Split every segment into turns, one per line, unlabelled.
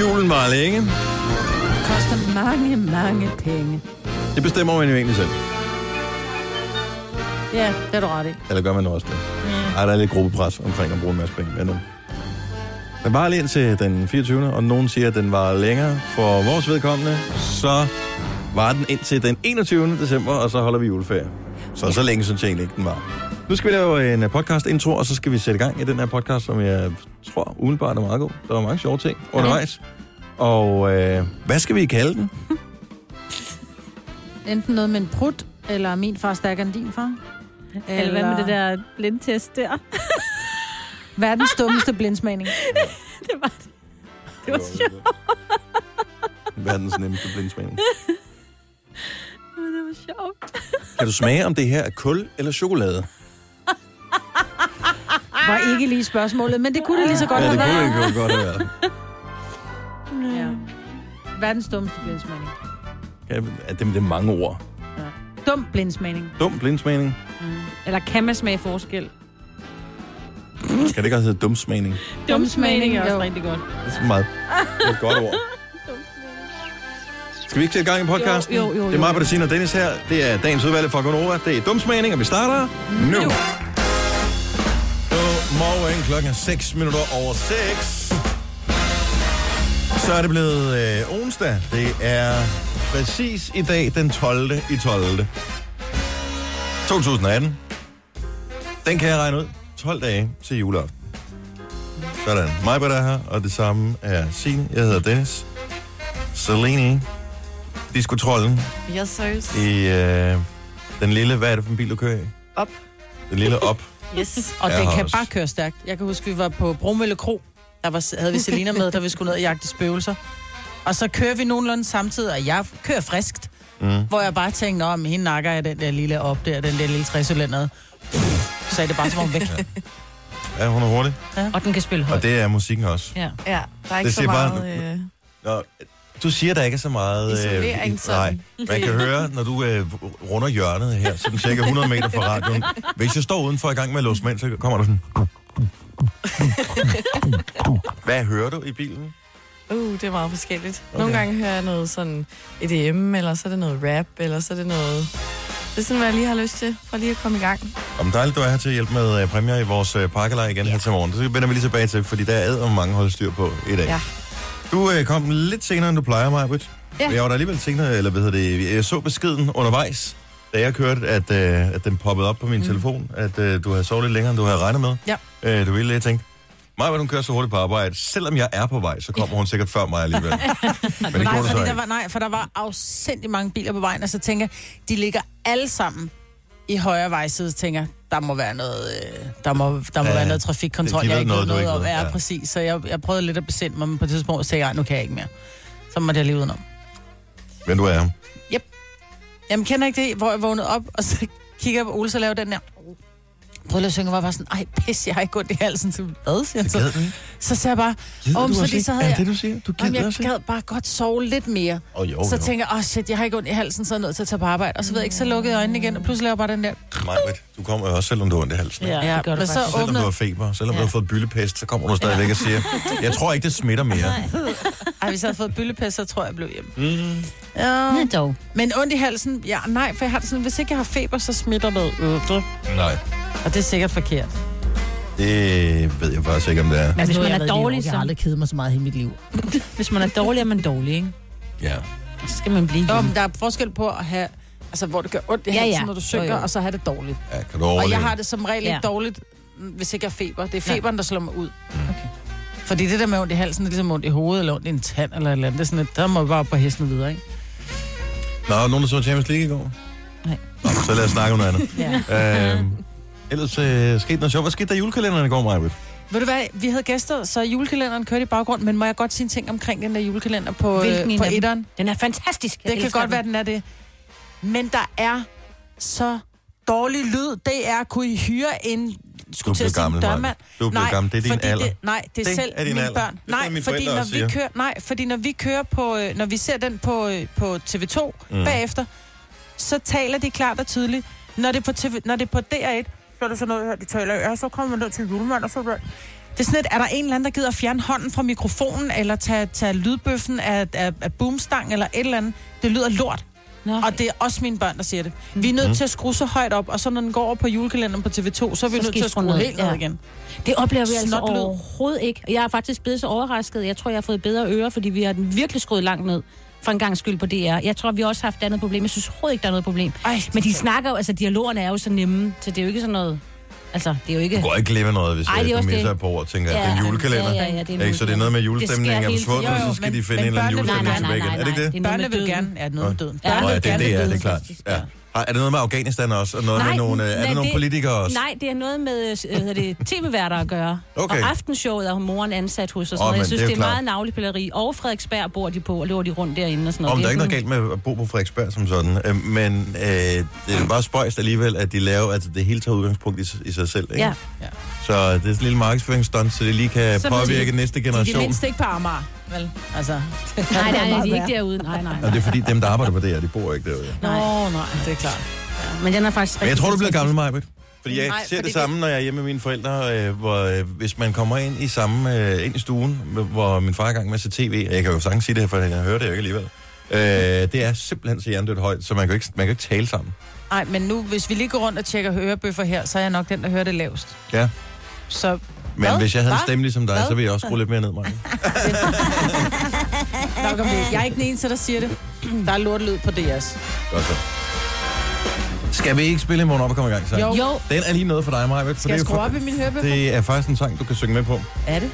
julen var længe.
Det koster mange, mange penge.
Det bestemmer man jo egentlig selv.
Ja, det er du ret i.
Eller gør man også det?
Mm.
Ej, der er lidt gruppepres omkring at bruge en masse penge. Men nu. Den var lige indtil den 24. Og nogen siger, at den var længere. For vores vedkommende, så var den indtil den 21. december, og så holder vi juleferie. Så så længe synes jeg egentlig ikke, den var. Nu skal vi lave en øh, podcast-intro, og så skal vi sætte i gang i den her podcast, som jeg tror udenbart er meget god. Der var mange sjove ting undervejs. Og øh, hvad skal vi kalde den?
Enten noget med en prut, eller min far er stærkere end din far.
Eller hvad med det der blindtest der?
Verdens dummeste blindsmagning.
det var det. Det var sjovt.
Verdens nemmeste blindsmagning.
Det var sjovt.
Kan du smage, om det her er kul eller chokolade?
Ah!
Var ikke lige spørgsmålet, men det kunne det lige så godt
ja,
have
det kunne
været.
det kunne godt have været.
Ja. Verdens dummeste blindsmagning.
Kan, ja, det, det er mange ord.
Ja. Dum blindsmagning.
Dum blindsmagning.
Eller kan man smage forskel?
Kan det ikke også hedde dumsmagning?
Dumsmagning er også
Jo.
rigtig godt.
Det er så meget. Det er et godt ord. Skal vi ikke sætte gang i podcasten?
Jo, jo, jo,
Det er mig,
jo.
Bettina og Dennis her. Det er dagens udvalg fra Gonova. Det er dumsmagning, og vi starter nu. nu. Godmorgen. Klokken er 6 minutter over 6. Så er det blevet øh, onsdag. Det er præcis i dag den 12. i 12. 2018. Den kan jeg regne ud. 12 dage til juleaften. Sådan. Mig er her, og det samme er Signe. Jeg hedder Dennis. Selene. Diskotrollen
Yes, sirs.
i øh, den lille, hvad er det for en bil, du kører i?
Op.
Den lille op.
Yes.
Og
Ja,
den kan
også.
bare køre stærkt. Jeg kan huske, vi var på Bromølle Kro. Der var, havde vi Selina med, der vi skulle ned og jagte spøgelser. Og så kører vi nogenlunde samtidig, og jeg kører friskt. Mm. Hvor jeg bare tænkte, om hende nakker jeg den der lille op der, den der lille træsølænderede. Så er det bare som om væk.
Ja, hun er hurtig.
Og den kan spille højt.
Og det er musikken også.
Ja.
Ja, der er ikke
Det
så
siger bare-
meget... Øh,
Nå, du siger, der ikke er så meget... øh,
Isolering,
nej,
sådan.
man kan høre, når du øh, runder hjørnet her, sådan cirka 100 meter fra radioen. Hvis jeg står udenfor i gang med at låse mænd, så kommer der sådan... Hvad hører du i bilen?
uh, det er meget forskelligt. Okay.
Okay.
Nogle gange hører jeg noget sådan EDM, eller så er det noget rap, eller så er det noget... Det er sådan, hvad jeg lige har lyst til, for lige at komme i gang.
Om dejligt, du er her til at hjælpe med øh, præmier i vores øh, pakkelej igen her til morgen. Det vender vi lige tilbage til, fordi der er og mange hold styr på i dag.
Ja.
Du øh, kom lidt senere, end du plejer, Majbrit.
Ja.
Ja. Jeg var der alligevel senere, eller hvad hedder det, jeg så beskeden undervejs, da jeg kørte, at, øh, at den poppede op på min mm. telefon, at øh, du havde sovet lidt længere, end du havde regnet med.
Ja.
Øh, du ville lidt tænke, Maja, hun kører så hurtigt på arbejde. Selvom jeg er på vej, så kommer hun sikkert før mig alligevel. Men det
nej,
gjorde du
fordi
så
der
ikke.
var, nej, for der var afsindig mange biler på vejen, og så tænker jeg, de ligger alle sammen i højre vejside, så tænker jeg, der må være noget, øh, der må, der må
Ja,
være noget trafikkontrol,
de ved
jeg ikke
noget,
ved
du
noget
ikke
om.
ved,
Ja,
ja.
præcis. Så jeg, jeg prøvede lidt at besinde mig, men på et tidspunkt sagde jeg, "Ej, nu kan jeg ikke mere. Så måtte jeg lige udenom.
Men du er.
Jamen, kender ikke det, hvor jeg vågnede op, og så kigger jeg på Ole, så laver den der. Prøvede lige at synge, og var bare sådan, ej, pis, jeg har ikke gået i halsen. Så, hvad, siger han så?
Gad du ikke?
Så sagde jeg bare,
Gider
Om,
du
fordi
også ikke?
så havde
Er
jeg-
det, du siger? Du
om
gider
jeg
også ikke?
gad bare godt sove lidt mere.
Åh, jo,
Så
jo.
tænker jeg, åh oh shit, jeg har ikke ondt i halsen, så er jeg nødt til at tage på arbejde. Og så ved jeg ikke, så lukkede jeg øjnene igen, og pludselig laver jeg bare den der.
Majbrit, du kommer jo også, selvom du har ondt i halsen. ikke?
Ja, men så
Selvom du
åbnede...
har feber, selvom du har fået byllepest, så kommer du stadigvæk og siger, jeg tror ikke, det smitter mere.
Ej, hvis jeg havde fået byllepest, så tror jeg, jeg blev hjemme.
Mm.
Ja.
Men dog.
Men ondt i halsen? Ja, nej, for jeg har det sådan, hvis ikke jeg har feber, så smitter det. Altså, Øh,
Nej,
Og det er sikkert forkert.
det ved jeg faktisk ikke, om det er.
Men hvis
nu
Altså,
har
man
jeg
er
været i
dårlig,
Norge. Jeg har
så,
aldrig kedet mig så meget i hele mit liv.
hvis man er dårlig, er man dårlig, ikke?
Ja.
Så skal man blive
Jo,
hjemme.
men der er forskel på at have... Altså, hvor det gør ondt i
Ja,
halsen,
ja.
når du
Jo,
synker,
jo.
og så have det dårligt.
ja, kan du
Og
overleve?
jeg har det som regel ikke
Ja.
dårligt, mm, hvis ikke jeg har feber. Det er feberen, der slår mig ud.
Mm.
Okay. Fordi det der med ondt i halsen, det er ligesom ondt i hovedet, eller ondt i en tand, eller et eller andet. Det er sådan, at der må jeg bare op på hesten videre, ikke?
Nå, er der nogen, der så Champions League i går?
Nej.
Nå, så lad os snakke om noget andet.
Ja.
øhm, ellers øh, skete noget sjovt. Hvad skete der i julekalenderen i går, Majbrit?
Ved du hvad, vi havde gæster, så julekalenderen kørte i baggrund, men må jeg godt sige en ting omkring den der julekalender på,
Hvilken
øh,
en
på
af dem?
etteren?
Den er fantastisk. Jeg
Det kan
elsker
godt
den.
være, den er det. Men der er så dårlig lyd. Det er, kunne I hyre en
Du
skulle til
blev
at sige en
gammel,
dørmand?
Majbrit. Du blev gammel. Det er din
fordi
alder.
Det, nej, det er
Det
det selv
er din
mine
alder.
børn.
Det tror jeg,
Nej,
mine
fordi
forældre
når,
også
vi
siger.
kører, nej, fordi når vi kører på, øh, når vi ser den på, øh, på TV2
Mm.
mm. bagefter, så taler de klart og tydeligt. Når det er på, TV, når det er på DR1, så er det sådan noget her, de taler, ja, så kommer man ned til julemand, og så der. Det er sådan et, er der en eller anden, der gider at fjerne hånden fra mikrofonen, eller tage, tage lydbøffen af, af, af boomstang, eller et eller andet. Det lyder lort.
Nå.
Og det er også mine børn, der siger det. Vi
Mm.
er nødt til at skrue så højt op, og så når den går over på julekalenderen på TV2, så er vi
Så
nødt
skal
til
I
at
skrue
skrue
ned,
helt ned
ja.
igen.
Det oplever vi altså
Snotlyd.
overhovedet ikke. Jeg er faktisk blevet så overrasket. Jeg tror, jeg har fået bedre ører, fordi vi har den virkelig skruet langt ned for en gang skyld på DR. Jeg tror, vi også har haft et andet problem. Jeg synes overhovedet ikke, der er noget problem.
Ej,
Men de snakker jo, altså dialogerne er jo så nemme, så det er jo ikke sådan noget... Altså, det er jo ikke...
Du går ikke glip af noget, hvis
Ej,
Ej,
det er
du
også
misser
det.
et par år, tænker jeg. Ja, det er en julekalender.
Ja, ja, ja, det er en
ikke? Så det er noget med at julestemningen
Det sker
er
hele
forsvundet,
tiden. Jo,
så
jo,
skal
men-
de finde en
men
eller anden
børnene-
Nej, nej,
julestemning
nej,
tilbage igen.
nej,
Er det ikke det?
nej. er noget
Børnene
med
vil
døden.
gerne, at noget død.
Ja.
Nå, ja, det er
Børnene
det,
vil
ja, det er
gerne
klart.
vide,
Ja. Har- Er det noget med Afghanistan også? Er det noget, med, nogle, øh, er
nej,
det nogle politikere også?
Nej, det er noget med øh, hvad hedder det, tv-værter at gøre.
Okay.
Og aftenshowet er moren ansat hos og sådan
Åh,
noget.
men
Jeg synes,
det er
det
jo
er
klart.
meget navlepilleri. Og Frederiksberg bor de på, og løber de rundt derinde og sådan noget.
Om der er
Det
ikke noget galt
sådan-
med at bo på Frederiksberg som sådan, øh, men øh, det er bare spøjst alligevel, at de laver, at det hele tager udgangspunkt i, s- i sig selv. Ikke?
Ja.
Ja.
Så det er sådan en lille markedsføringsstunt, så det lige kan
Så
så
må de-
påvirke de, næste
De er
generation.
mindst ikke på Amager, vel? Altså,
Nej, nej, nej, de er ikke derude. Nej, nej,
Og det
nej.
er fordi, dem, der arbejder på det her, de bor ikke derude.
Nå,
Nej.
nej, det er klart.
Men den er faktisk
Men jeg
rigtig
tror, du bliver
fantastisk.
gammel, Majbet. Fordi jeg
Nej,
ser
fordi
det samme, når jeg er hjemme med mine forældre, øh, hvor øh, hvis man kommer ind i samme øh, ind i stuen, hvor min far er i gang med at se tv, og jeg kan jo sagtens sige det her, for jeg hører det jo ikke alligevel. Øh, det er simpelthen så hjernedødt højt, så man kan jo ikke, man kan jo ikke tale sammen.
Nej, men nu, hvis vi lige går rundt og tjekker hørebøffer her, så er jeg nok den, der hører det lavest.
Ja.
Så
Men
Hvad?
hvis jeg havde en
Hvad?
stemme ligesom dig,
Hvad?
så ville jeg også skrue lidt mere ned, Maja.
nok om det. Jeg er ikke den eneste, der siger det. Der er lortelyd på DR's.
Godt så. Skal vi ikke spille i morgen op og komme i gang sang?
Jo.
Jo,
Den er lige noget for dig, Maja. For
Skal jeg skrue op i min hørebøffer?
Det er faktisk en sang, du kan synge med på.
Er det?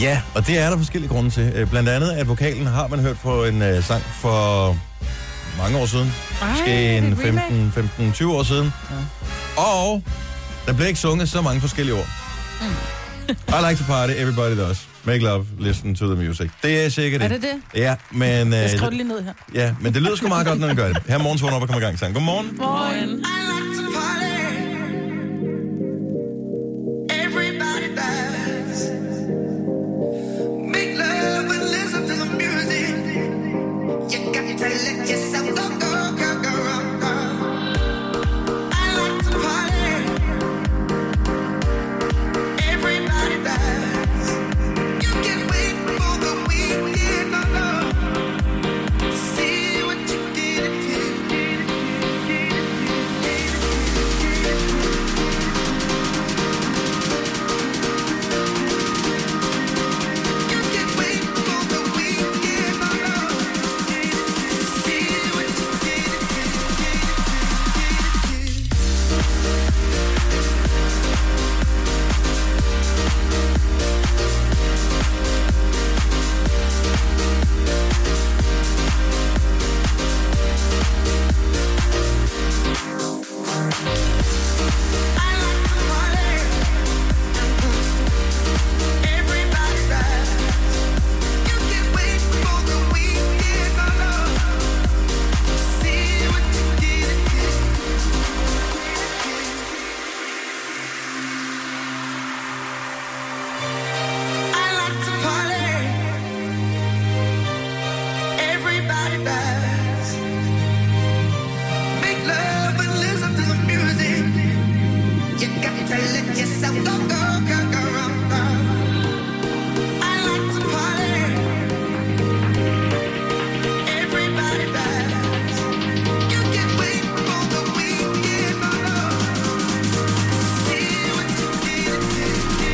Ja, og det er der forskellige grunde til. Øh, Blandt andet, at vokalen har man hørt på en øh, sang for mange år siden. Måske en 15-20 år siden. Ja. Og der blev ikke sunget så mange forskellige ord. Mm. I like to party, everybody does. Make love, listen to the music. Det er sikkert
Er det det?
Ja, men,
Jeg skriver
øh,
det lige ned her.
ja, men det lyder sgu meget godt, når den gør det. Her er morgens vågen op og kommer i gang sang. Godmorgen.
Morgen.
I like to party. Everybody does. Make love and listen to the music. You got to let yourself go, go, go, go, go, go. I like to party. Everybody does. You can wait for the weekend alone. See what you get into. You can wait for the weekend alone. See what you get into. I like to party. Everybody rides. You can wait for the weekend alone. See what you get I like to party. Everybody rides. Make love and listen to the music. You got to let yourself go, go, go, go, go, go. I like to party. Everybody dies. You can wait for the weekend alone. See what you get into.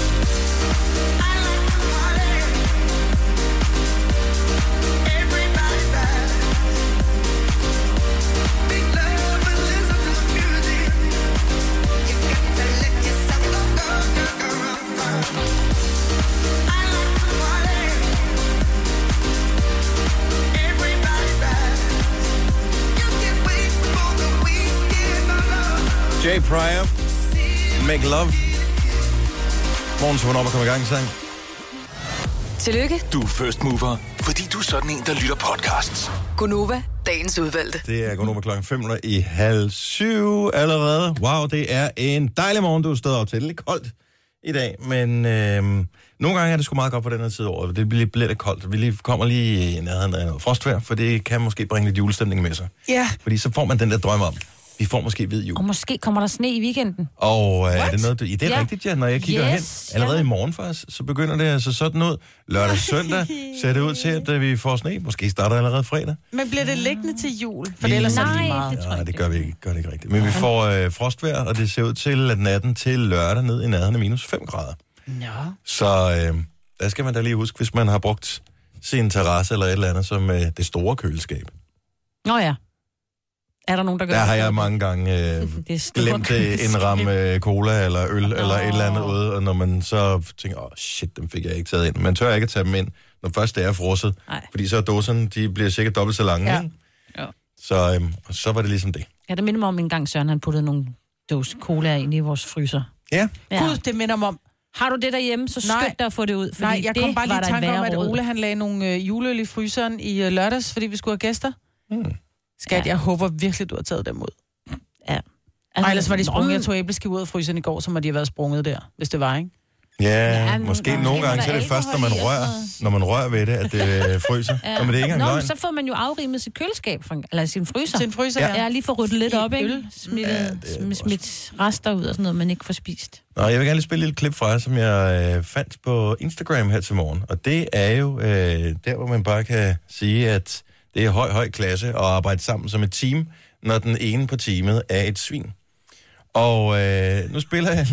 I like to party. Everybody dies. Make love and listen to the music. You got to let yourself go, go, go, go, go. I like to party. Everybody dies. You can wait for the weekend alone.
Jay Pryor, Make Love. Morgens vågen op og kommer i gang sang.
Tillykke,
Du er first mover, fordi du er sådan en, der lytter podcasts.
Gunova, dagens udvalgte.
Det er kun over klokken 5 i halv syv allerede. Wow, det er en dejlig morgen, du er stået op til. Det er lidt koldt i dag, men øh, nogle gange er det sgu meget godt på den her tid af året. Det bliver lidt koldt. Vi lige kommer lige i nærheden af noget frostvær, for det kan måske bringe lidt julestemning med sig.
Ja.
Fordi så får man den der drøm om, vi får måske hvid jul.
Og måske kommer der sne i weekenden.
Og øh, er det noget, du... Ja, det er
Ja.
rigtigt, ja. Når jeg kigger
Yes,
hen, allerede
ja.
i morgen faktisk, så begynder det altså sådan ud. Lørdag søndag ser det ud til, at øh, vi får sne. Måske starter allerede fredag.
Men bliver det liggende til jul? For ellers er det lige
Nej,
meget.
det tror jeg
Nej,
ikke.
det gør vi ikke, gør det ikke rigtigt. Men vi får øh, frostvejr, og det ser ud til, at natten til lørdag ned i nærheden af minus 5 grader.
Nå.
Så øh, der skal man da lige huske, hvis man har brugt sin terrasse eller et eller andet som øh, det store køleskab.
Nå ja. Er der nogen, der gør
Der har
det?
jeg mange gange øh,
Det er store
glemt øh, en ramme øh, cola eller øl oh. eller et eller andet
Nå.
ude, og når man så tænker, åh oh, shit, dem fik jeg ikke taget ind. Man tør ikke at tage dem ind, når først det er frosset,
Nej.
fordi så er dåserne, de bliver sikkert dobbelt så lange.
Ja.
ikke?
Ja.
Så, øhm, og så var det ligesom det.
Ja, det minder mig om en gang, Søren han puttede nogle dåse cola ind i vores fryser.
Ja.
Ja.
Gud, det minder mig om...
Har du det derhjemme, så skynd
Nej.
dig at få det ud, fordi
Nej, jeg
det
kom bare lige
var
i
der
tanke
et
om, at
værre råd.
Ole han lagde nogle øh, juleøl i fryseren i øh, lørdags, fordi vi skulle have gæster.
Mm.
Skat,
Ja.
ja. jeg håber virkelig, du har taget dem ud.
Altså,
Nej, ellers var de
nå,
sprunget. Jeg tog æbleskiver ud af fryseren i går, så må de have været sprunget der, hvis det var, ikke?
Ja,
Ja, men
måske
der er
nogle
måske
gange,
noget
så er det først, når man
alkohol i og
rører,
sådan noget.
når man rører ved det, at det øh, fryser. Ja. Og men det er ikke engang
Nå,
løgn.
men så får man jo afrimet sit køleskab, fra, eller sin fryser.
Til en fryser,
Ja.
ja.
Ja, lige for ryddet lidt
I
op, ikke?
øl.
Smidt,
Ja,
ja,
det er
sm- smidt rester ud og sådan noget, man ikke får spist.
Nå, jeg vil gerne lige spille et lille klip fra jer, som jeg øh, fandt på Instagram her til morgen. Og det er jo øh, der, hvor man bare kan sige, at det er høj, høj klasse at arbejde sammen som et team, når den ene på teamet er et svin. Og øh, nu spiller jeg...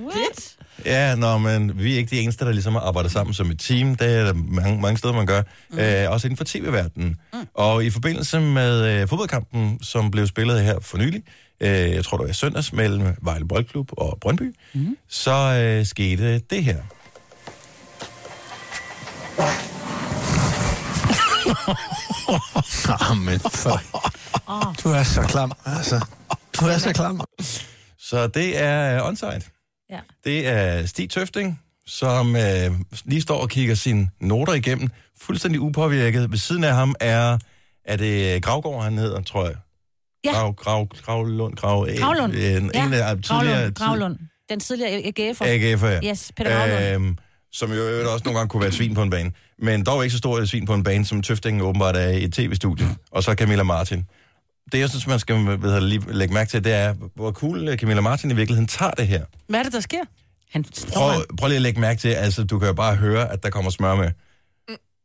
What?
Ja, nå, men vi er ikke de eneste, der ligesom arbejder sammen som et team. Det er der mange, mange steder, man gør. Mm. Øh, også inden for tv-verdenen. Mm. Og i forbindelse med øh, fodboldkampen, som blev spillet her for nylig, øh, jeg tror, det var i søndags mellem Vejle Boldklub og Brøndby, mm. så øh, skete det her.
Jamen, for... Du er så klam, altså. Du er så klam.
Så det er øh, onside.
Ja.
Det er Stig Tøfting, som øh, lige står og kigger sine noter igennem, fuldstændig upåvirket. Ved siden af ham er, er det Gravgård, han hedder, tror jeg.
Ja.
Grav, Grav, Gravlund, Grav, øh,
Gravlund.
øh, En, en af tidligere...
Gravlund, Gravlund. Den tidligere AGF.
AGF'er, ja.
Yes, Peter Gravlund.
Øhm, som jo i øvrigt også nogle gange kunne være et svin på en bane. Men dog ikke så stor et svin på en bane, som Tøftingen åbenbart er i et tv-studie. Og så Camilla Martin. Det, jeg synes, man skal ved, at lige lægge mærke til, det er, hvor cool øh, Camilla Martin i virkeligheden tager det her.
Hvad er det, der sker?
Han står
Prøv,
han.
prøv lige at lægge mærke til, altså du kan jo bare høre, at der kommer smør med.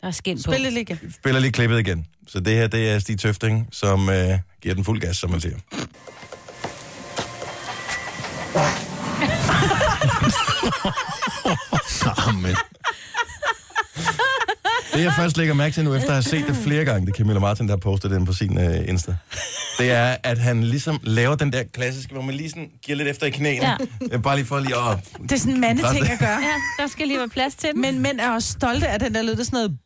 Der er skin på.
Spil det lige igen.
Spiller lige klippet igen. Så det her, det er Stig Tøfting, som øh, giver den fuld gas, som man siger.
Jamen,
Det jeg først lægger mærke til nu, efter at have set det flere gange, det er Camilla Martin, der har postet den på sin øh, Insta, det er, at han ligesom laver den der klassiske, hvor man lige sådan giver lidt efter i knæene.
Ja.
Ja. Bare lige for lige at...
Det er sådan en mandeting at gøre.
Ja, der skal lige være plads til den.
Men mænd er også stolte af den der lyd, det er sådan noget...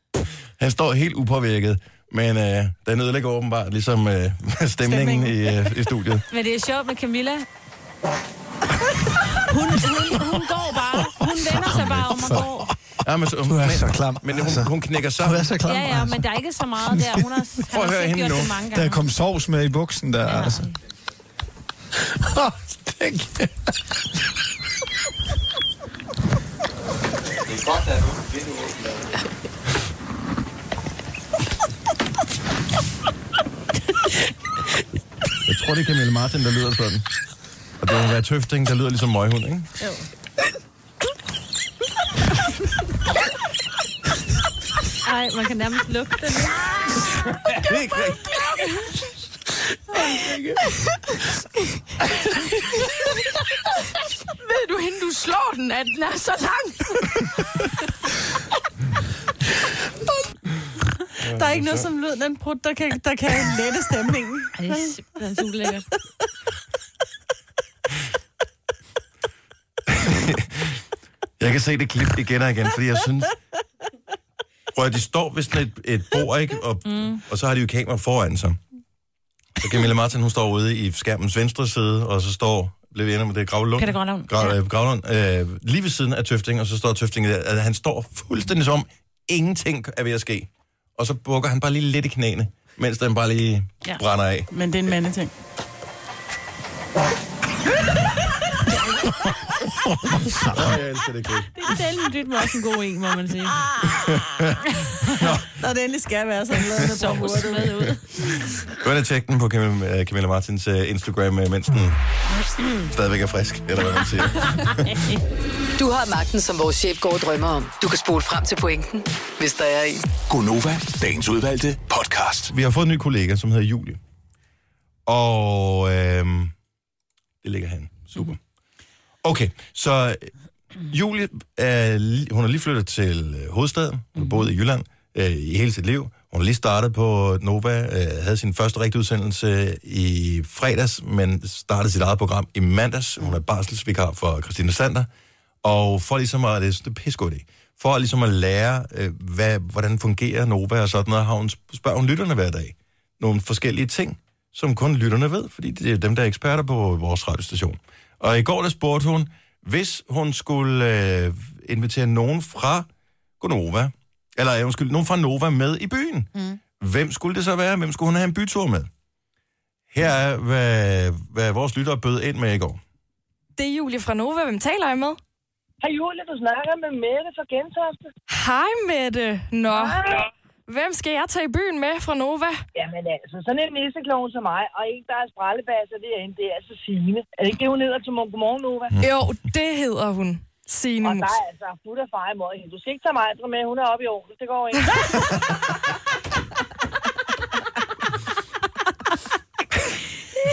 Han står helt upåvirket, men øh, den ødelægger åbenbart ligesom øh, stemningen i, øh, i studiet.
Men det er sjovt med Camilla. Hun, hun, hun går bare. Hun vender sig bare om og går.
Ja, men, så,
du er så
men,
klam,
men
altså.
hun, hun knækker så.
Du er så klam,
Ja, ja, men
altså.
der er ikke så meget der. Hun har, han
Prøv at
har
høre
selv
hende
gjort
nu.
det mange
Der
gange.
kom sovs med i buksen der,
Ja.
altså. Det kan-
Jeg tror, det er Camilla Martin, der lyder sådan. Og det må være Tøfting, der lyder ligesom møghund, ikke?
Ej, man kan nærmest lugte den.
Det er ikke rigtigt.
Ved du, hende du slår den, at den er så lang?
Der er ikke noget som lyd, den prut, der kan, der kan lette stemningen.
Ej, det er simpelthen så ulækkert.
Jeg kan se det klip igen og igen, fordi jeg synes... Prøv at de står ved sådan et, et bord, ikke? Og, mm. og så har de jo kamera foran sig. Så Camilla Martin, hun står ude i skærmens venstre side, og så står blev vi enige om, at det er Gravlund.
Peter Gravlund.
Grav,
Ja.
øh, Gravlund øh, lige ved siden af Tøfting, og så står Tøfting der. Altså, han står fuldstændig som om ingenting er ved at ske. Og så bukker han bare lige lidt i knæene, mens den bare lige ja.
Ja.
brænder af.
Men det er en mandeting.
Åh, jeg elsker det klip.
Det er sjældent, det var også en god en, må man sige.
Når det endelig skal være sådan noget, så
Sovs med ud.
Gå ind og tjek den på Cam- øh, Camilla Martins øh, Instagram, øh, mens den stadigvæk er frisk, eller hvad man siger.
Du har magten, som vores chef går og drømmer om. Du kan spole frem til pointen, hvis der er en.
Gonova, dagens udvalgte podcast.
Vi har fået en ny kollega, som hedder Julie. Og øh, det ligger han. Super. Okay, så øh, Julie, er, li- hun har lige flyttet til øh, hovedstaden. Hun har boet i Jylland øh, i hele sit liv. Hun har lige startet på Nova, øh, havde sin første rigtige udsendelse øh, i fredags, men startede sit eget program i mandags. Hun er barselsvikar for Christina Sander. Og for ligesom at, det er sådan en pissegod idé, for ligesom at lære, øh, hvad, hvordan fungerer Nova og sådan noget, har hun, spørger hun lytterne hver dag nogle forskellige ting, som kun lytterne ved, fordi det er dem, der er eksperter på vores radiostation. Og i går der spurgte hun, hvis hun skulle øh, invitere nogen fra Gonova, eller øh, undskyld, nogen fra Nova med i byen, mm. hvem skulle det så være? Hvem skulle hun have en bytur med? Her er, hvad, hvad vores lyttere bød ind med i går.
Det er Julie fra Nova. Hvem taler jeg med?
Hej Julie, du snakker med Mette fra Gentofte.
Hej, Mette. Nå. Hvem skal jeg tage i byen med fra Nova?
Jamen altså, sådan en nisseklon som mig, og en, der er sprallebasser derinde, det er altså Signe. Er det ikke det, hun hedder til morgen? Godmorgen, Nova?
Jo, det hedder hun. Signe
Mm. Og der
Mus.
er altså fuld af far i måde. Du skal ikke tage mig med, hun er oppe i Aarhus. Det går ikke.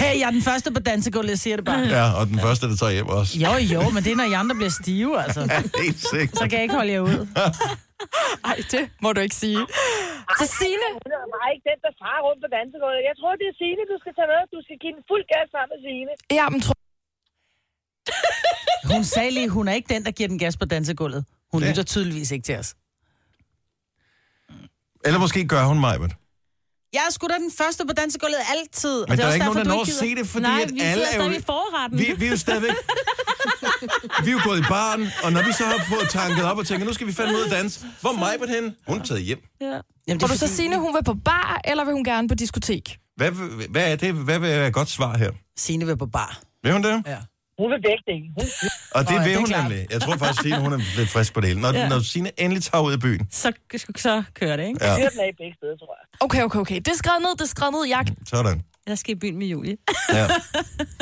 Hey, jeg er den første på dansegulvet, jeg siger det bare.
Ja, og den første, der tager hjem også.
Jo, jo, men det er, når I andre bliver stive, altså.
Helt sikkert.
Så kan jeg ikke holde jer ud.
Ej, det må du ikke sige. Så Signe,
Hun er bare ikke den, der far rundt på dansegulvet. Jeg tror, det er Signe, du skal tage med. Du skal give den fuld gas sammen med Signe.
ja, men tror
Hun sagde lige, hun er ikke den, der giver den gas på dansegulvet. Hun
Ja.
ja. lytter tydeligvis ikke til os.
Eller måske gør hun mig, men
Jeg er sgu da den første på dansegulvet altid. og
Men der er
også
ikke nogen, der
derfor, du
når at
gider-
se det, fordi
Nej,
at
vi
alle
sidder
er jo...
stadig i forretten.
Vi, vi er jo stadigvæk... vi er jo gået i baren, og når vi så har fået tanket op og tænker, nu skal vi fandme ud og danse. Hvor er Majbert henne? Hun er taget hjem.
Jamen, det
Tror
er
du så
fordi-
Signe, hun vil på bar, eller vil hun gerne på diskotek?
Hvad, vil- hvad er det? Hvad vil være et godt svar her?
Signe vil på bar.
Vil hun det?
Ja.
Hun vil begge dele. Hun...
Og det
Nå, ja, det
vil
er
hun
klart.
nemlig. Jeg tror faktisk, Signe, hun er lidt frisk på det hele. Når, ja. når Signe endelig tager ud i byen.
Så, så kører det, ikke?
Ja,
Fyr den af begge steder, tror jeg.
Okay, okay, okay. Det er skrevet ned, det er skrevet ned. Jeg
sådan.
Jeg skal i byen med Julie.
Ja.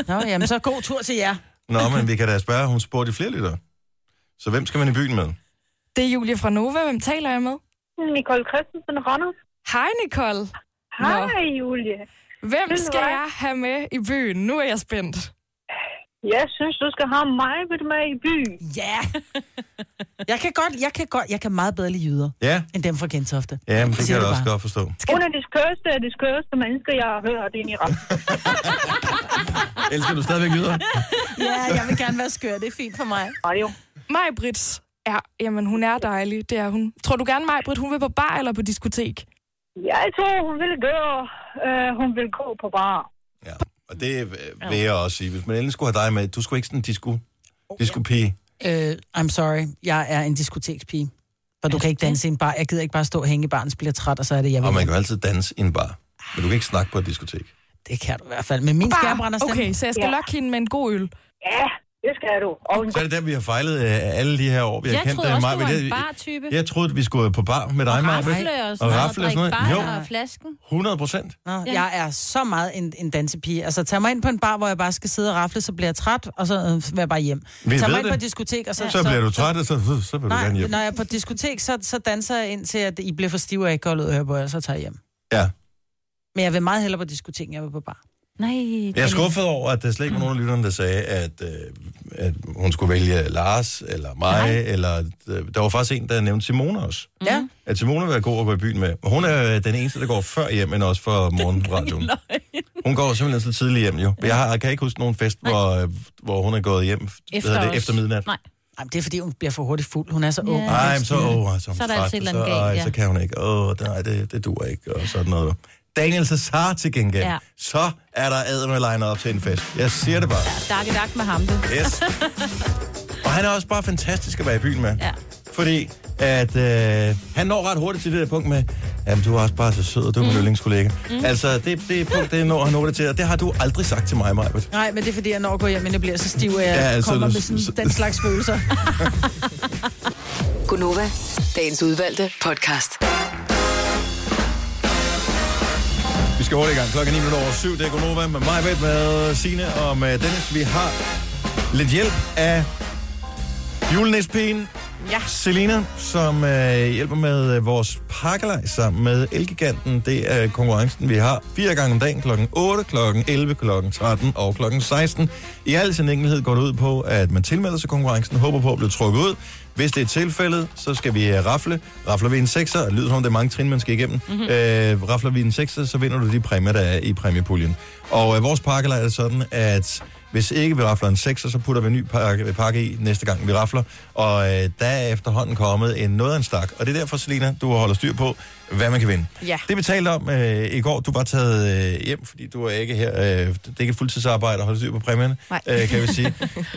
Nå, jamen så god tur til jer.
Nå, men vi kan da spørge, hun spurgte de flere lyttere. Så hvem skal man i byen med?
Det er Julie fra Nova. Hvem taler jeg med?
Nicole Christensen Randers.
Hej, Nicole. Hej,
Julie.
Hvem
Ved du
skal
hvad?
jeg have med i byen? Nu er jeg spændt.
Jeg synes, du skal have mig med i byen.
Ja. Jeg kan godt, jeg kan godt, jeg kan meget bedre lide jyder,
Ja,
end dem fra Gentofte.
ja men det kan
Siger
jeg da
det
også
bare.
godt forstå.
Hun er det skørste af det skørste mennesker, jeg har hørt ind i rammen.
Elsker du stadigvæk videre?
Ja, jeg vil gerne være skør, det er fint for mig.
Radio.
Maj Brits. Ja, jamen hun er dejlig, det er hun. Tror du gerne, Maj Britt, hun vil på bar eller på diskotek?
Jeg tror, hun vil gøre, øh, hun vil gå på bar.
Ja, og det øh, vil jeg også sige. Hvis man endelig skulle have dig med, du skulle ikke sådan en disco, disco pige.
Øh, I'm sorry, jeg er en diskotekspige. Og du kan ikke danse i en bar. Jeg gider ikke bare stå og hænge i baren, så bliver jeg træt, og så er det, jeg vil.
Og man kan jo altid danse i en bar. Men du kan ikke snakke på et diskotek.
Det kan du i hvert fald. Men min skærbrænder
Bar. Okay, så jeg skal lokke hende med en god øl.
Ja, det skal du. Og en
Så er det der, vi har fejlet øh, alle de her år. Vi har
Jeg
kendt
troede
øh,
også,
Maja,
du var
men
en
jeg-
bartype.
Jeg troede, vi skulle øh, på bar med dig, Maja.
Rafle og
Og
sådan noget,
rafle og sådan
drikke
noget.
bajer
Jo.
og flasken.
100 procent.
Nå, jeg er så meget en, en dansepige. Altså, tag mig ind på en bar, hvor jeg bare skal sidde og rafle, så bliver jeg træt, og så øh, vil jeg bare hjem.
Vi ved
tag mig ind på
det.
et diskotek, og så...
Så bliver du træt, og så, så- så vil du
Nej,
gerne hjem.
når jeg er på diskotek, så, så danser jeg indtil, at I bliver for stive, og jeg ikke går ud og hører på jer, og så tager jeg hjem.
Ja.
Men jeg vil meget hellere på diskotek, end jeg vil på bar.
Nej,
Jeg er skuffet over, at der slet ikke var nogen af lytterne, der sagde, at, øh, at hun skulle vælge Lars eller mig. Eller, øh, der var faktisk en, der nævnte Simone også.
Ja.
At Simone vil være god at gå i byen med. Hun er øh, den eneste, der går før hjem, men også for morgenradioen. Hun går simpelthen så tidligt hjem, jo. Jeg, har, jeg kan ikke huske nogen fest, hvor, øh, hvor hun er gået hjem
Efter
efter, det,
os.
efter midnat.
Nej.
Jamen, det er fordi, hun bliver for hurtigt fuld. Hun er så ung.
Ja.
Nej, men så, åh, så,
Så er der
træt,
altid et eller
så,
andet galt,
ej,
ja.
så kan hun ikke. Åh, nej, det, det dur ikke, og sådan noget. Daniel Cesar til gengæld, ja.
Ja.
så er der adrenaliner op til en fest. Jeg siger det bare.
dak i dak med ham, det.
Yes. og han er også bare fantastisk at være i byen med.
Ja.
Fordi at, øh, han når ret hurtigt til det der punkt med, øh, Jamen, du er også bare så sød, og du er min yndlingskollega.
Mm.
Mm. Altså, det, det, er på, det når han det til, og det har du aldrig sagt til mig, Maja.
Nej, men det er fordi, jeg når at gå hjem, men jeg bliver så stiv, at jeg ja,
Ja,
altså,
altså,
kommer
du-
med sådan, den slags følelser.
Gunova, dagens udvalgte podcast.
Vi skal hurtigt i gang. Klokken er 9 minutter over 7. Det er Gunova med mig, Britt, med Signe og med Dennis. Vi har lidt hjælp af julenæspigen
ja.
Selina, som øh, hjælper med øh, vores pakkelej sammen med Elgiganten. Det er konkurrencen, vi har fire gange om dagen. Klokken 8, klokken 11, klokken 13 og klokken 16. I al sin enkelhed går det ud på, at man tilmelder sig konkurrencen, håber på at blive trukket ud. Hvis det er tilfældet, så skal vi øh, rafle. Rafler vi en sekser, det lyder som om, det er mange trin, man skal igennem. Mm-hmm. Øh, rafler vi en sekser, så vinder du de præmier, der er i præmiepuljen. Og øh, vores pakkelej er sådan, at hvis ikke vi rafler en 6, så putter vi en ny pakke, pakke i næste gang, vi rafler. Og øh, der er efterhånden kommet en noget af en stak. Og det er derfor, Selina, du holder styr på, hvad man kan vinde.
Ja.
Det vi talte om øh, i går, du var taget øh, hjem, fordi du er ikke her. Øh, det er ikke et fuldtidsarbejde at holde styr på præmierne,
Nej.
øh, kan vi sige.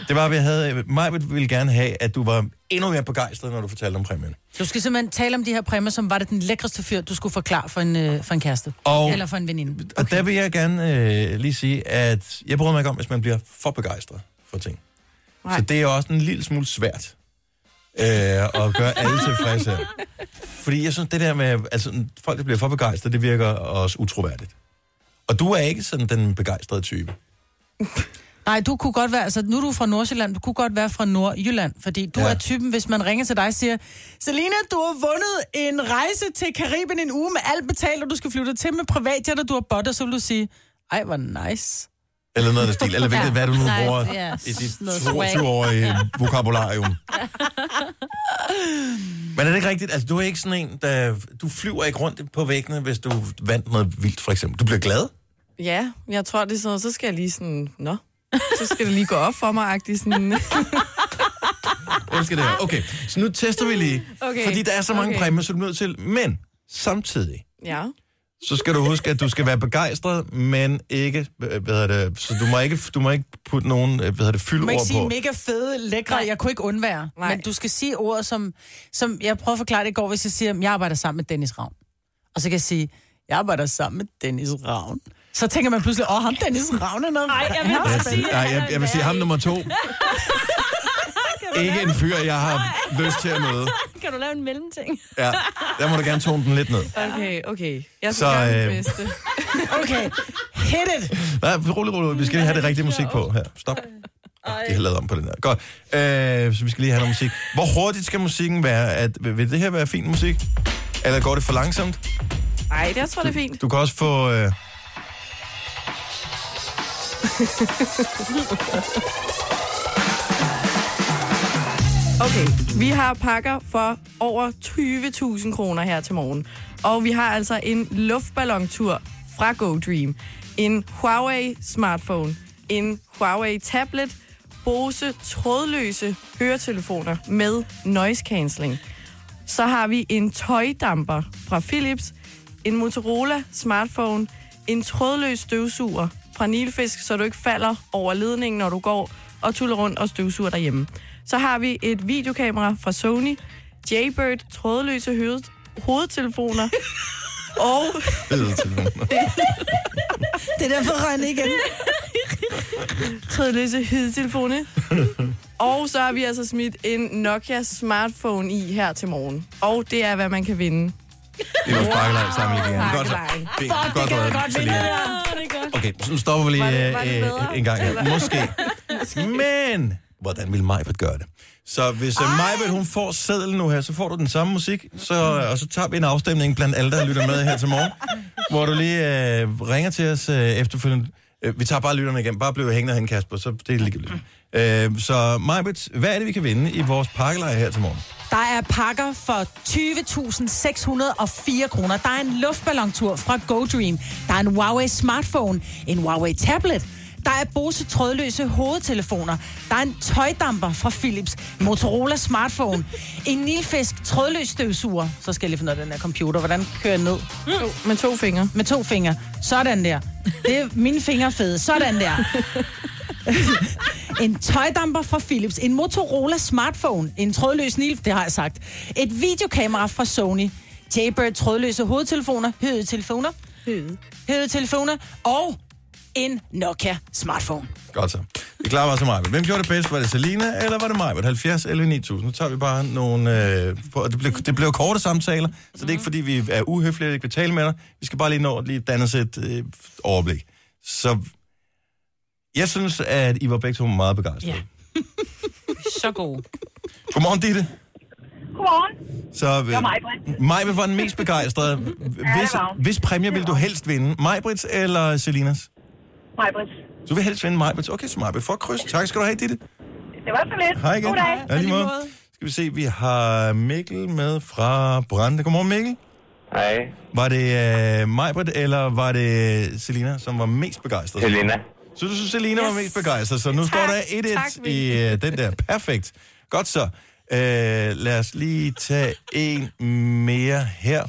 Det var, at vi havde... Mig ville gerne have, at du var endnu mere begejstret, når du fortalte om præmierne.
Du skal simpelthen tale om de her præmier, som var det den lækreste fyr, du skulle forklare for en, øh, for en kæreste.
Og-
Eller for en veninde.
Og der vil jeg gerne øh, lige sige, at jeg bryder mig ikke om, hvis man bliver for begejstret for ting.
Nej.
Nej. Så det er også en lille smule svært øh, at gøre alle tilfredse. Fordi jeg synes, det der med, altså folk, der bliver for begejstret, det virker også utroværdigt. Og du er ikke sådan den begejstrede type.
Nej, du kunne godt være, altså nu er du fra Nordsjælland, du kunne godt være fra Nordjylland, fordi du ja.
Ja.
er typen, hvis man ringer til dig og siger, Selina, du har vundet en rejse til Karibien en uge med alt betalt, og du skal flytte til med privatjet, og du har botter, så vil du sige, ej, hvor nice.
Eller noget af den stil. Eller hvilket,
Ja.
ja. hvad du nu
Nej,
bruger
ja,
i dit
noget swag.
22-årige
Ja.
vokabularium. Men er det ikke rigtigt? Altså, du er ikke sådan en, der... Du flyver ikke rundt på væggene, hvis du vandt noget vildt, for eksempel. Du bliver glad.
Ja, jeg tror, det er sådan noget, så skal jeg lige sådan, nå, så skal det lige gå op for mig, agtig sådan.
elsker det her.
Ah.
Okay, så nu tester vi lige.
Okay.
Okay. Fordi der er så mange
Okay.
okay. præmier, så du er nødt til. Men samtidig,
ja.
så skal du huske, at du skal være begejstret, men ikke, øh, hvad er det, så du må ikke, du må ikke putte nogen, øh, hvad hedder det,
Du må ikke
fyldord
sige
på.
mega fede, lækre, jeg kunne ikke undvære. Nej. Men du skal sige ord, som, som jeg prøver at forklare det i går, hvis jeg siger, jeg arbejder sammen med Dennis Ravn. Og så kan jeg sige, jeg arbejder sammen med Dennis Ravn. Så tænker man pludselig, åh, ham Dennis Ravn er noget. Nej,
jeg vil
Jeg, vil- Altså, nej, jeg, jeg vil sige ham nummer to. Ikke en fyr, jeg har lyst til at møde.
Kan du lave en mellemting?
Ja, der må du gerne tone den lidt ned.
Okay, okay.
Jeg skal Så, gøre mit øh,
bedste.
okay, hit it!
Nej, rolig, rolig, rolig. Vi skal lige have det rigtige musik på her. Stop. Jeg har lavet om på den her. Godt. Øh, så vi skal lige have noget musik. Hvor hurtigt skal musikken være? At, vil- vil det her være fin musik? Eller går det for langsomt?
Ej, det, jeg tror, det er fint.
Du kan også få... Øh,
Okay, vi har pakker for over 20.000 kroner her til morgen. Og vi har altså en luftballontur fra Go Dream, en Huawei smartphone, en Huawei tablet, Bose trådløse høretelefoner med noise cancelling. Så har vi en tøjdamper fra Philips, en Motorola smartphone, en trådløs støvsuger fra Nilfisk, så du ikke falder over ledningen, når du går og tuller rundt og støvsuger derhjemme. Så har vi et videokamera fra Sony, Jaybird, trådløse hø- hovedtelefoner, og...
Det er derfor regn igen.
trådløse hovedtelefoner. Og så har vi altså smidt en Nokia smartphone i her til morgen. Og det er, hvad man kan vinde.
det er vores pakkelej sammen igen. Godt så. Fint. Godt, du havde den, Selina. Okay, så nu stopper vi lige øh, øh, en gang her. Måske. Men, hvordan vil Majbert gøre det? Så hvis uh, Majbert, hun får sædlen nu her, så får du den samme musik, så, og så tager vi en afstemning blandt alle, der lytter med her til morgen, hvor du lige øh, ringer til os øh, efterfølgende. Øh, vi tager bare lytterne igen. Bare bliv hængende herinde, Kasper, så det er ligegyldigt. Øh, så Majbert, hvad er det, vi kan vinde i vores parklejr her til morgen?
Der er pakker for 20.604 kroner. Der er en luftballontur fra Go Dream. Der er en Huawei smartphone, en Huawei tablet. Der er Bose trådløse hovedtelefoner. Der er en tøjdamper fra Philips, Motorola smartphone, en nilfisk trådløs støvsuger. Så skal jeg lige finde ud af den her computer. Hvordan kører jeg ned?
Med to fingre.
Med to fingre. Sådan der. Det er mine fingre er fede. Sådan der. En tøjdamper fra Philips, en Motorola smartphone, en trådløs nil, det har jeg sagt, et videokamera fra Sony, Jaybird trådløse hovedtelefoner, høretelefoner, høretelefoner og en Nokia smartphone.
Godt så. Vi klarer bare så meget. Hvem gjorde det bedst? Var det Selina, eller var det mig? 70 11 9000? Nu tager vi bare nogle... Øh, på, det, blev, det blev korte samtaler, så det er ikke, fordi vi er uhøflige og ikke vil tale med dig. Vi skal bare lige nå at lige danne os et øh, overblik. Så jeg synes, at I var begge to meget begejstrede.
Ja. Så god.
Godmorgen, Ditte.
Godmorgen.
Så, øh,
Det var Maj-Brit.
Maj var den mest begejstrede. Hvis,
var hun.
hvis præmie vil du helst vinde? Majbrits eller Selinas?
Majbrit.
Du vil helst vinde Majbrits. Okay, så Majbrit får et kryds. Tak skal du have, Ditte.
Det var så lidt.
Hej igen.
Goddag.
Ja, lige måde. Skal vi se, vi har Mikkel med fra Brande. Godmorgen, Mikkel. Hej. Var det øh, Majbrit, eller var det Selina, som var mest begejstret?
Selina.
Så du synes, Selina yes. var mest begejstret, så nu tak. står der 1-1
Tak,
i øh, den der. Perfekt. Godt så. Øh, lad os lige tage en mere her.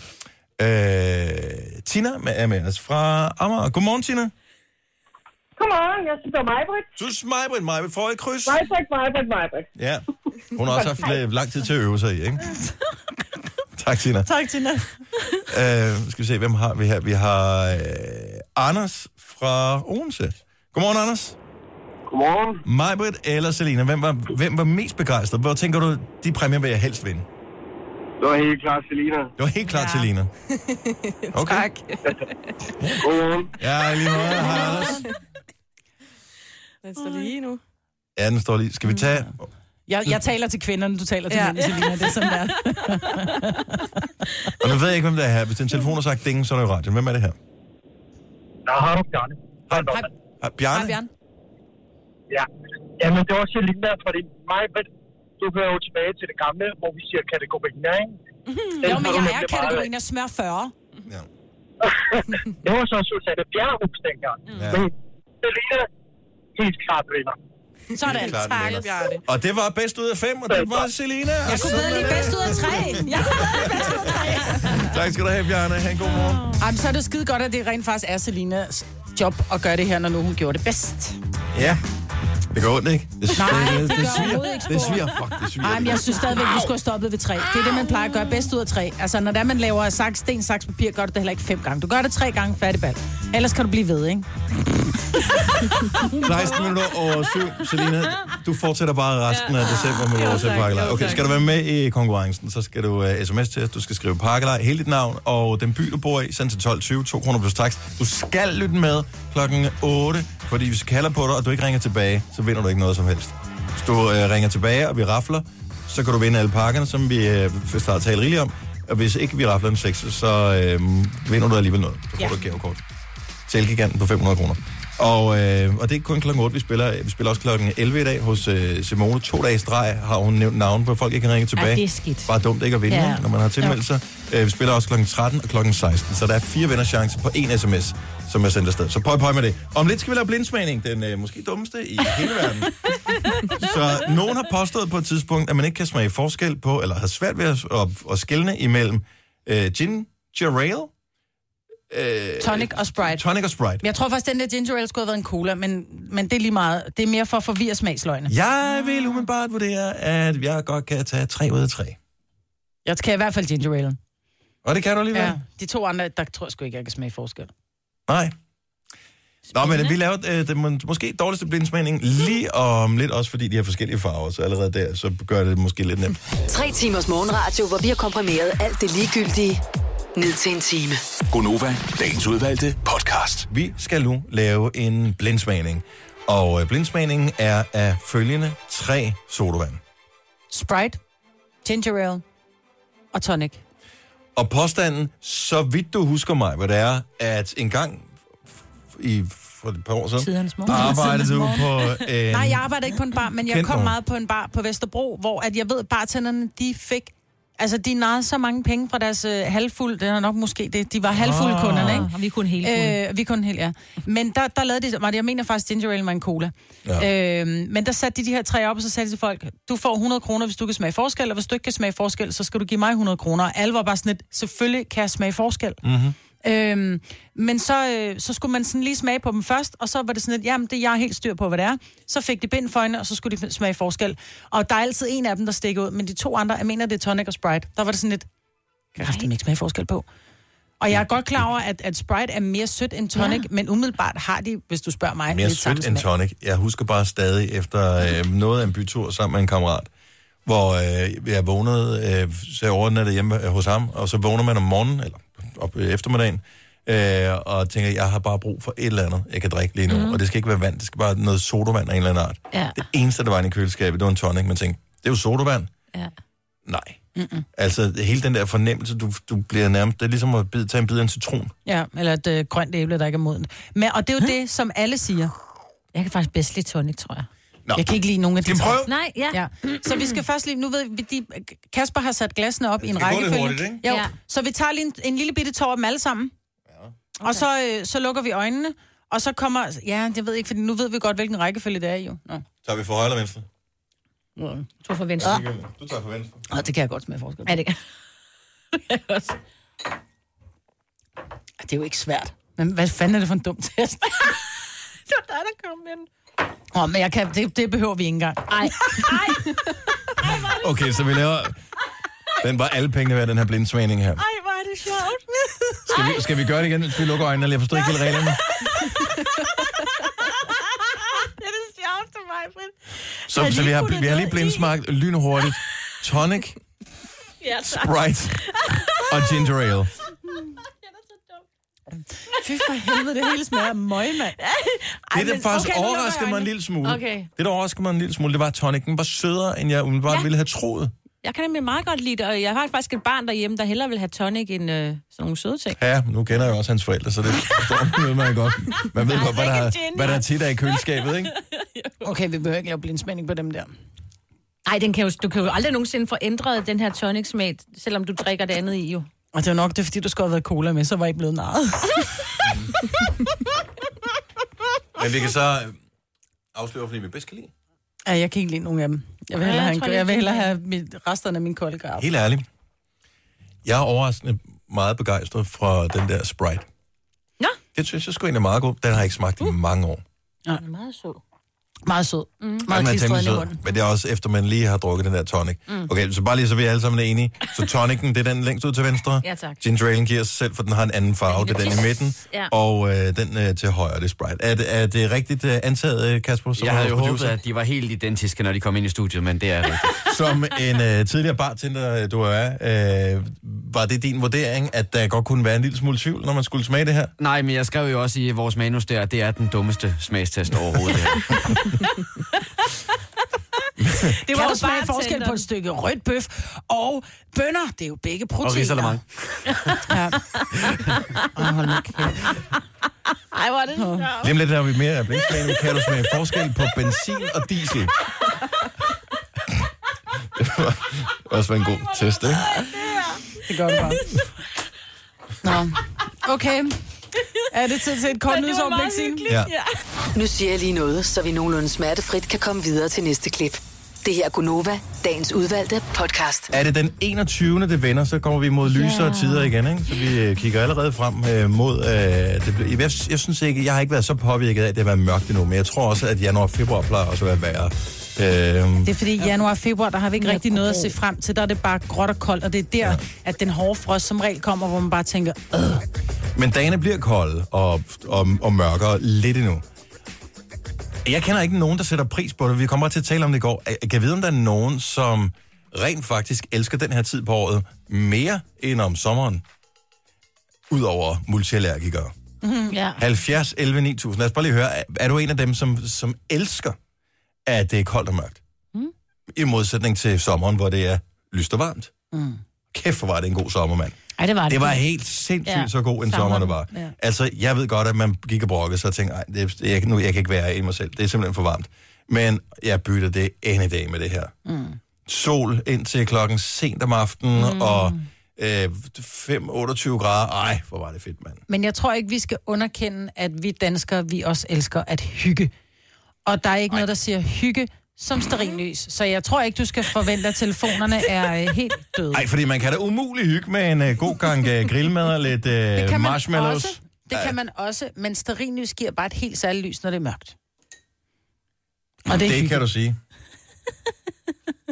Øh, Tina er med os fra Amager. Godmorgen, Tina.
Godmorgen, jeg synes, det var Majbrit.
Du synes Majbrit, Majbrit får et kryds.
Majbrit, Majbrit, Majbrit.
Ja. Hun har også haft øh, lang tid til at øve sig i, ikke? Tak, Tina.
Tak, Tina.
Øh, skal vi se, hvem har vi her? Vi har øh, Anders fra Odense. Godmorgen, Anders. Godmorgen. Majbrit eller Selina, hvem var, hvem var mest begejstret? Hvor tænker du, de præmier vil jeg helst vinde?
Det var helt klart Selina.
Det var helt klart ja. Selina. Okay. Tak.
Godmorgen.
Ja, lige måde. Hej, Anders.
Den står lige nu.
Ja, den står lige. Skal vi tage...
Jeg, jeg taler til kvinderne, du taler til
Ja.
ja. mændene, Selina. Det er sådan der.
Og nu ved jeg ikke, hvem det er her. Hvis din telefon har sagt ding, så er det jo radioen. Hvem er det her?
Der har du Bjarne. Hej, Bjarne.
Hej, Ah, Bjarne.
Ja. Jamen, det var Selina, fordi mig, men du hører jo tilbage til det gamle, hvor vi siger kategorier, ikke? Den
Mhm. jo, men
har du
jeg
nemlig
er
meget af.
kategorien af smør 40.
det var så Susanne Bjerghus dengang.
Ja.
Men Selina, helt klart vinder.
Sådan.
Helt klart,
Tak,
Lennart.
Bjarne.
Og det var bedst ud af fem, og det var Selina.
Jeg kunne bedre lige bedst ud af tre. Jeg kunne bedre lige bedst ud af tre.
Tak skal du have, Bjarne. Ha' en god morgen.
Ej, men så er det skide godt, at det rent faktisk er Selinas job at gøre det her, når nu hun gjorde det bedst.
Ja. Det går ondt, ikke? Det,
Nej, det
det, det,
gør
sviger.
overhovedet ikke
Det
spor.
sviger. Fuck, det sviger.
Nej, men jeg synes stadigvæk, vi skulle have stoppet ved tre. Det er det, man plejer at gøre bedst ud af tre. Altså, når det er, man laver saks, sten, saks, papir, gør du det heller ikke fem gange. Du gør det tre gange, færdig bal. Ellers kan du blive ved, ikke?
16 minutter over syv. Selina, du fortsætter bare resten af december med vores pakkelej. Okay, skal du være med i konkurrencen, så skal du uh, sms til os. Du skal skrive pakkelej, hele dit navn og den by, du bor i, send til 12.20, 2 kroner plus tax. Du skal lytte med klokken 8, fordi hvis vi kalder på dig, og du ikke ringer tilbage, så vinder du ikke noget som helst. Hvis du uh, ringer tilbage, og vi rafler, så kan du vinde alle pakkerne, som vi uh, først har talt rigeligt om. Og hvis ikke vi rafler en seks, så uh, vinder du alligevel noget. Så får
Ja.
ja. du et gavekort til Elgiganten på 500 kroner. Og, øh, og det er ikke kun klokken 8, vi spiller. Vi spiller også klokken 11 i dag hos øh, Simone. To dage i streg har hun nævnt navn på folk, jeg kan ringe tilbage.
det er skidt.
Bare dumt ikke at vinde,
Ja.
ja. når man har tilmeldt sig. Øh, vi spiller også klokken 13 og klokken 16, så der er fire vinderchancer på en sms, som er sendt afsted. Så prøv, prøv med det. Om lidt skal vi lave blindsmagning, den øh, måske dummeste i hele verden. så nogen har påstået på et tidspunkt, at man ikke kan smage forskel på, eller har svært ved at, at, at skelne imellem øh, ginger ale, øh,
Tonic og Sprite.
tonic og Sprite.
Men jeg tror faktisk, den der ginger ale skulle have været en cola, men, men det er lige meget. Det er mere for at forvirre smagsløgene.
Jeg vil umiddelbart vurdere, at jeg godt kan tage 3 ud af 3.
Jeg kan i hvert fald ginger ale.
Og det kan du alligevel.
Ja,
Ja.
de to andre, der tror jeg sgu ikke, jeg kan smage forskel.
Nej. Nå, men vi laver øh, den må- måske dårligste blindsmagning lige om lidt, også fordi de har forskellige farver, så allerede der, så gør det måske lidt nemt.
Tre timers morgenradio, hvor vi har komprimeret alt det ligegyldige ned til en time.
Gonova, dagens udvalgte podcast. Vi skal nu lave en blindsmagning. Og øh, blindsmagningen er af følgende tre sodavand.
Sprite, ginger ale og tonic.
Og påstanden, så vidt du husker mig, hvad det er, at en gang f- i for et par år siden,
Tidernes morgen.
arbejdede du
Tidernes
på
morgen.
en...
Nej, jeg arbejder ikke på en bar, men jeg
kendt
kom
nogen.
meget på en bar på Vesterbro, hvor at jeg ved, at bartenderne, de fik... Altså, de narrede så mange penge fra deres øh, halvfulde... Det er nok måske det. De var halvfulde
Ah.
oh. kunderne, ikke?
Og vi kun hele fulde.
Øh, vi kun helt, ja. Men der, der lavede de... og Jeg mener faktisk, ginger ale var en cola. Ja. Øh, men der satte de de her tre op, og så sagde de til folk, du får 100 kroner, hvis du kan smage forskel, og hvis du ikke kan smage forskel, så skal du give mig 100 kroner. Og alle var bare sådan lidt, selvfølgelig kan jeg smage forskel.
Mm-hmm.
Øhm, men så, øh, så skulle man sådan lige smage på dem først, og så var det sådan, at jamen, det, jeg er helt styr på, hvad det er. Så fik de bind for øjnene, og så skulle de smage forskel. Og der er altid en af dem, der stikker ud, men de to andre, jeg mener, det er tonic og Sprite. Der var det sådan lidt, Kan jeg ikke smage forskel på. Og jeg er godt klar over, at, at Sprite er mere sødt end tonic, ja. men umiddelbart har de, hvis du spørger mig,
Mere
lidt samme
sødt end
smag.
tonic. Jeg husker bare stadig efter øh, noget af en bytur sammen med en kammerat, hvor øh, jeg vågnede, øh, så jeg overnattede hjemme øh, hos ham, og så vågner man om morgenen, eller op øh, eftermiddagen, øh, og tænker, jeg har bare brug for et eller andet, jeg kan drikke lige nu. Mm. Og det skal ikke være vand, det skal bare noget sodavand af en eller anden art.
Ja.
Det eneste, der var inde i køleskabet, det var en tonic. Man tænkte, det er jo sodavand.
Ja.
Nej.
Mm-mm.
Altså, hele den der fornemmelse, du, du bliver nærmest... Det er ligesom at bide, tage en bid af en citron.
Ja, eller et øh, grønt æble, der ikke er modent. Men, og det er jo det, som alle siger. Jeg kan faktisk bedst lide tonic, tror jeg.
Nå.
Jeg kan ikke lide nogen af de
Skal vi
tre.
prøve?
Nej, ja. ja. Så vi skal først lige... Nu ved vi, de, Kasper har sat glassene op i en
Det går lidt
rækkefølge.
hurtigt, ikke?
Jo.
Ja.
Ja. Så vi tager lige en, en lille bitte tår af dem alle sammen. Ja. Okay. Og så, øh, så lukker vi øjnene. Og så kommer... Ja, jeg ved ikke, for nu ved vi godt, hvilken rækkefølge det er i, jo. Nå.
Tager vi for højre eller venstre?
To for venstre.
Ja. Du tager for venstre.
Ja, det kan jeg godt smage forskel.
Ja, det kan jeg også.
Det er jo ikke svært. Men hvad fanden er det for en dum test?
Det var dig, der kom med den.
Åh, oh, men jeg kan, det, det behøver vi ikke engang.
Nej.
Okay, så vi laver... Den var alle pengene værd, den her blindsmagning her.
Ej, hvor er det sjovt.
Skal vi, skal vi gøre det igen, hvis vi lukker øjnene? eller Jeg forstår ikke helt reglerne.
det er det sjoveste, mig, Britt.
Så, så vi, har, vi har lige blindsmagt lynhurtigt. Tonic,
Ja, tak.
Sprite og ginger ale.
Fy for helvede, det hele smager af møg, mand.
Det, der faktisk okay, overraskede mig en lille smule,
Okay.
det, der overraskede mig en lille smule, det var, at tonicen var sødere, end jeg umiddelbart ja.
Ja.
ville have troet.
Jeg kan nemlig meget godt lide det, og jeg har faktisk et barn derhjemme, der hellere vil have tonic end øh, sådan nogle søde ting.
Ja, nu kender jeg også hans forældre, så det forstår man udmærket godt. Man ved
Der er
godt, hvad
altså
der,
ikke gin.
hvad der tit er i køleskabet, ikke?
Okay, vi behøver ikke lave blindsmænding på dem der.
Nej, den kan jo, du kan jo aldrig nogensinde få ændret den her tonic-smag, selvom du drikker det andet i jo.
Og det var nok, det er, fordi du skulle have været cola med, så var I blevet narret.
Men vi kan så øh, afsløre, fordi vi bedst kan lide.
Ja, jeg kan ikke lide nogen af dem. Jeg vil
Ja,
hellere
jeg
have, en,
tror,
kø-
det er
jeg vil hellere
fint.
have mit, resterne af min kolde garp.
Helt ærligt. Jeg er overraskende meget begejstret for den der Sprite.
Nå. Uh.
Det synes jeg sgu egentlig er meget god. Den har jeg ikke smagt i mange år.
Ja.
Den er meget sød.
Meget sød. Mm. Meget
Den er
klistret
temmelig
ind i
sød,
munden.
Men det er også efter, man lige har drukket den der tonic. Mm.
Mm.
Okay, så bare lige så vi alle sammen er enige. Så tonicen, det er den længst ud til venstre.
Ja, tak.
Ginger ale giver sig selv, for den har en anden farve. Det er den i midten.
Ja.
Og øh, den øh, til højre, det er Sprite. Er det, er det rigtigt øh, antaget, øh, Kasper? som
Jeg havde jo
vores
håbet,
producer?
at de var helt identiske, når de kom ind i studiet, men det er rigtigt.
Som en øh, tidligere bartender, øh, du er, øh, var det din vurdering, at der godt kunne være en lille smule tvivl, når man skulle smage det her?
Nej, men jeg skrev jo også i vores manus der, at det er den dummeste smagstest overhovedet. Det her.
Det var jo smage forskel på et stykke rødt bøf og bønner. Det er jo begge proteiner.
risalamande.
ja. Åh, hold nu kæft.
Ej, hvor er det sjovt.
Lige om lidt har vi mere af blindsmagning. Kan du smage forskel på benzin og diesel? det var også en god test, ikke?
Det gør det bare. Nå, okay. Er det tid til et kort nyhedsoverblik, Signe?
Ja.
Nu siger jeg lige noget, så vi nogenlunde smertefrit kan komme videre til næste klip. Det her er Gunova, dagens udvalgte podcast.
Er det den 21. det vender, så kommer vi mod lysere
Ja.
tider igen, ikke? Så vi øh, kigger allerede frem øh, mod... Øh, det bliver, jeg, jeg synes ikke, jeg har ikke været så påvirket af, at det har været mørkt endnu, men jeg tror også, at januar og februar plejer også at være værre. Øh,
Det er fordi i januar og februar, der har vi ikke rigtig noget at se frem til. Der er det bare gråt og koldt, og det er der, ja. at den hårde frost som regel kommer, hvor man bare tænker, "Åh."
Men dagene bliver kolde og, og, og mørkere lidt endnu. Jeg kender ikke nogen, der sætter pris på det. Vi kommer til at tale om det i går. Jeg jeg kan vide, om der er nogen, som rent faktisk elsker den her tid på året mere end om sommeren. Udover multiallergikere.
Mm, ja.
70, 11, 9000. Lad os bare lige høre. er- Er du en af dem, som, som elsker, at det er koldt og mørkt?
Mm.
I modsætning til sommeren, hvor det er lyst og varmt.
Mm.
Kæft, hvor var det en god sommer, mand.
Ej, det var det.
Det var helt sindssygt ja. så god en sommer, det var. Ja.
Ja.
Altså, jeg ved godt, at man gik og brokkede sig og tænkte, "Ej, det, jeg, nu, jeg kan ikke være i mig selv. Det er simpelthen for varmt. Men jeg bytter det en dag med det her.
Mm.
Sol indtil klokken sent om aftenen, mm.
Mm.
og øh, 5-28 grader. Ej, hvor var det fedt, mand.
Men jeg tror ikke, vi skal underkende, at vi danskere, vi også elsker at hygge. Og der er ikke Ej. noget, der siger hygge som sterinlys. Så jeg tror ikke, du skal forvente, at telefonerne er øh, helt døde.
Ej, fordi man kan da umuligt hygge med en øh, god gang øh, grillmad og lidt
det
øh,
kan man
marshmallows.
Også, det kan man også, men sterinlys giver bare et helt særligt lys, når det er mørkt.
Og
og det
det,
er
det
hygge.
kan du sige.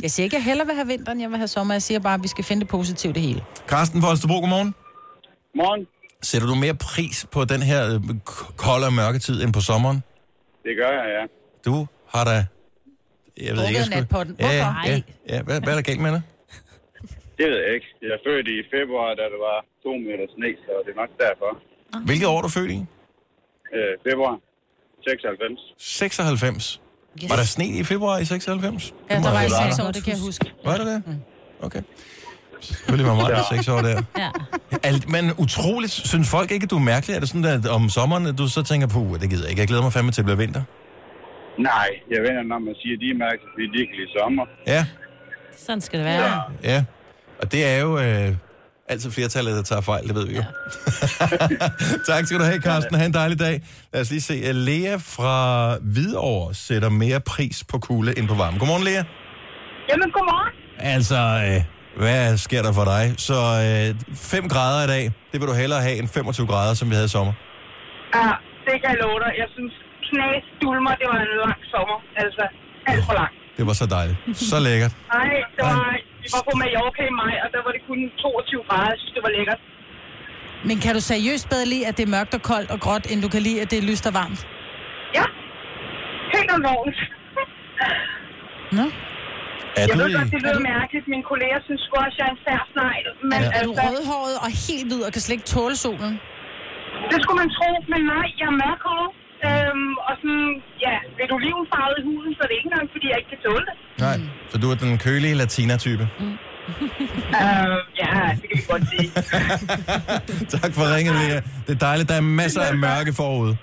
Jeg siger ikke, at jeg hellere vil have vinteren, jeg vil have sommer. Jeg siger bare, at vi skal finde det positive det hele.
Carsten fra Holstebro, godmorgen. Morgen. Sætter du mere pris på den her øh, k- kolde og mørke tid end på sommeren?
Det gør jeg, ja.
Du har da... Jeg ved
Drukket
ikke, jeg
nat på den.
Ja, ja,
Hvorfor?
ja,
Ej.
ja. Hvad, hvad er der galt med dig?
Det ved jeg ikke. Jeg er født i februar, da der var to meter sne, så det er nok derfor.
Ah.
Hvilket år er du født i?
Øh, februar 96.
96. Yes. Var der sne i februar i 96?
Ja,
Det må
der var
jeg
i
have
seks
været
år, Mm. det kan jeg huske.
der. Var det det? Okay. Selvfølgelig var meget i 6 år der.
Ja.
Alt, men utroligt, synes folk ikke, at du er mærkelig? Er det sådan, at om sommeren, at du så tænker på, det gider jeg ikke, jeg glæder mig fandme til at blive vinter?
Nej, jeg vender, når man siger, at de er mærket, fordi de ikke kan lide sommer.
Ja,
Sådan skal det være. Ja.
ja. Og det er jo øh, altid flertallet, der tager fejl, det ved vi jo. Ja. tak skal du have, Carsten. Ha' en dejlig dag. Lad os lige se. Øh, Lea fra Hvidovre sætter mere pris på kulde end på varme. Godmorgen, Lea.
Jamen, godmorgen.
Altså, øh, hvad sker der for dig? Så øh, 5 grader i dag, det vil du hellere have end 25 grader, som vi havde i sommer.
Ja, det kan jeg love dig. Jeg synes, knæs dulmer, det var en lang sommer. Altså, alt for langt.
Det var så dejligt. Så lækkert.
Nej, det var, vi var på Mallorca i maj, og der var det kun 22 grader. Jeg synes, det var lækkert.
Men kan du seriøst bedre lide, at det er mørkt og koldt og gråt, end du kan lide, at det er lyst og varmt?
Ja, helt alvorligt.
Er
Nå?
jeg
du
ved
i-
godt, det
er
lyder
du-
mærkeligt. Mine kolleger synes sgu også, jeg er en fær snegl. Men
Men
ja.
er du
altså,
rødhåret og helt hvid og kan slet ikke tåle solen?
det skulle man tro, men nej, jeg er mørkhåret. Øhm, og sådan, ja, vil du lige farvet i huden, så er det ikke engang, fordi jeg ikke kan tåle det.
Nej, så du er den kølige latina-type.
øhm, ja, det kan vi godt sige.
tak for ringet, Lea. Det er dejligt, der er masser af mørke forude.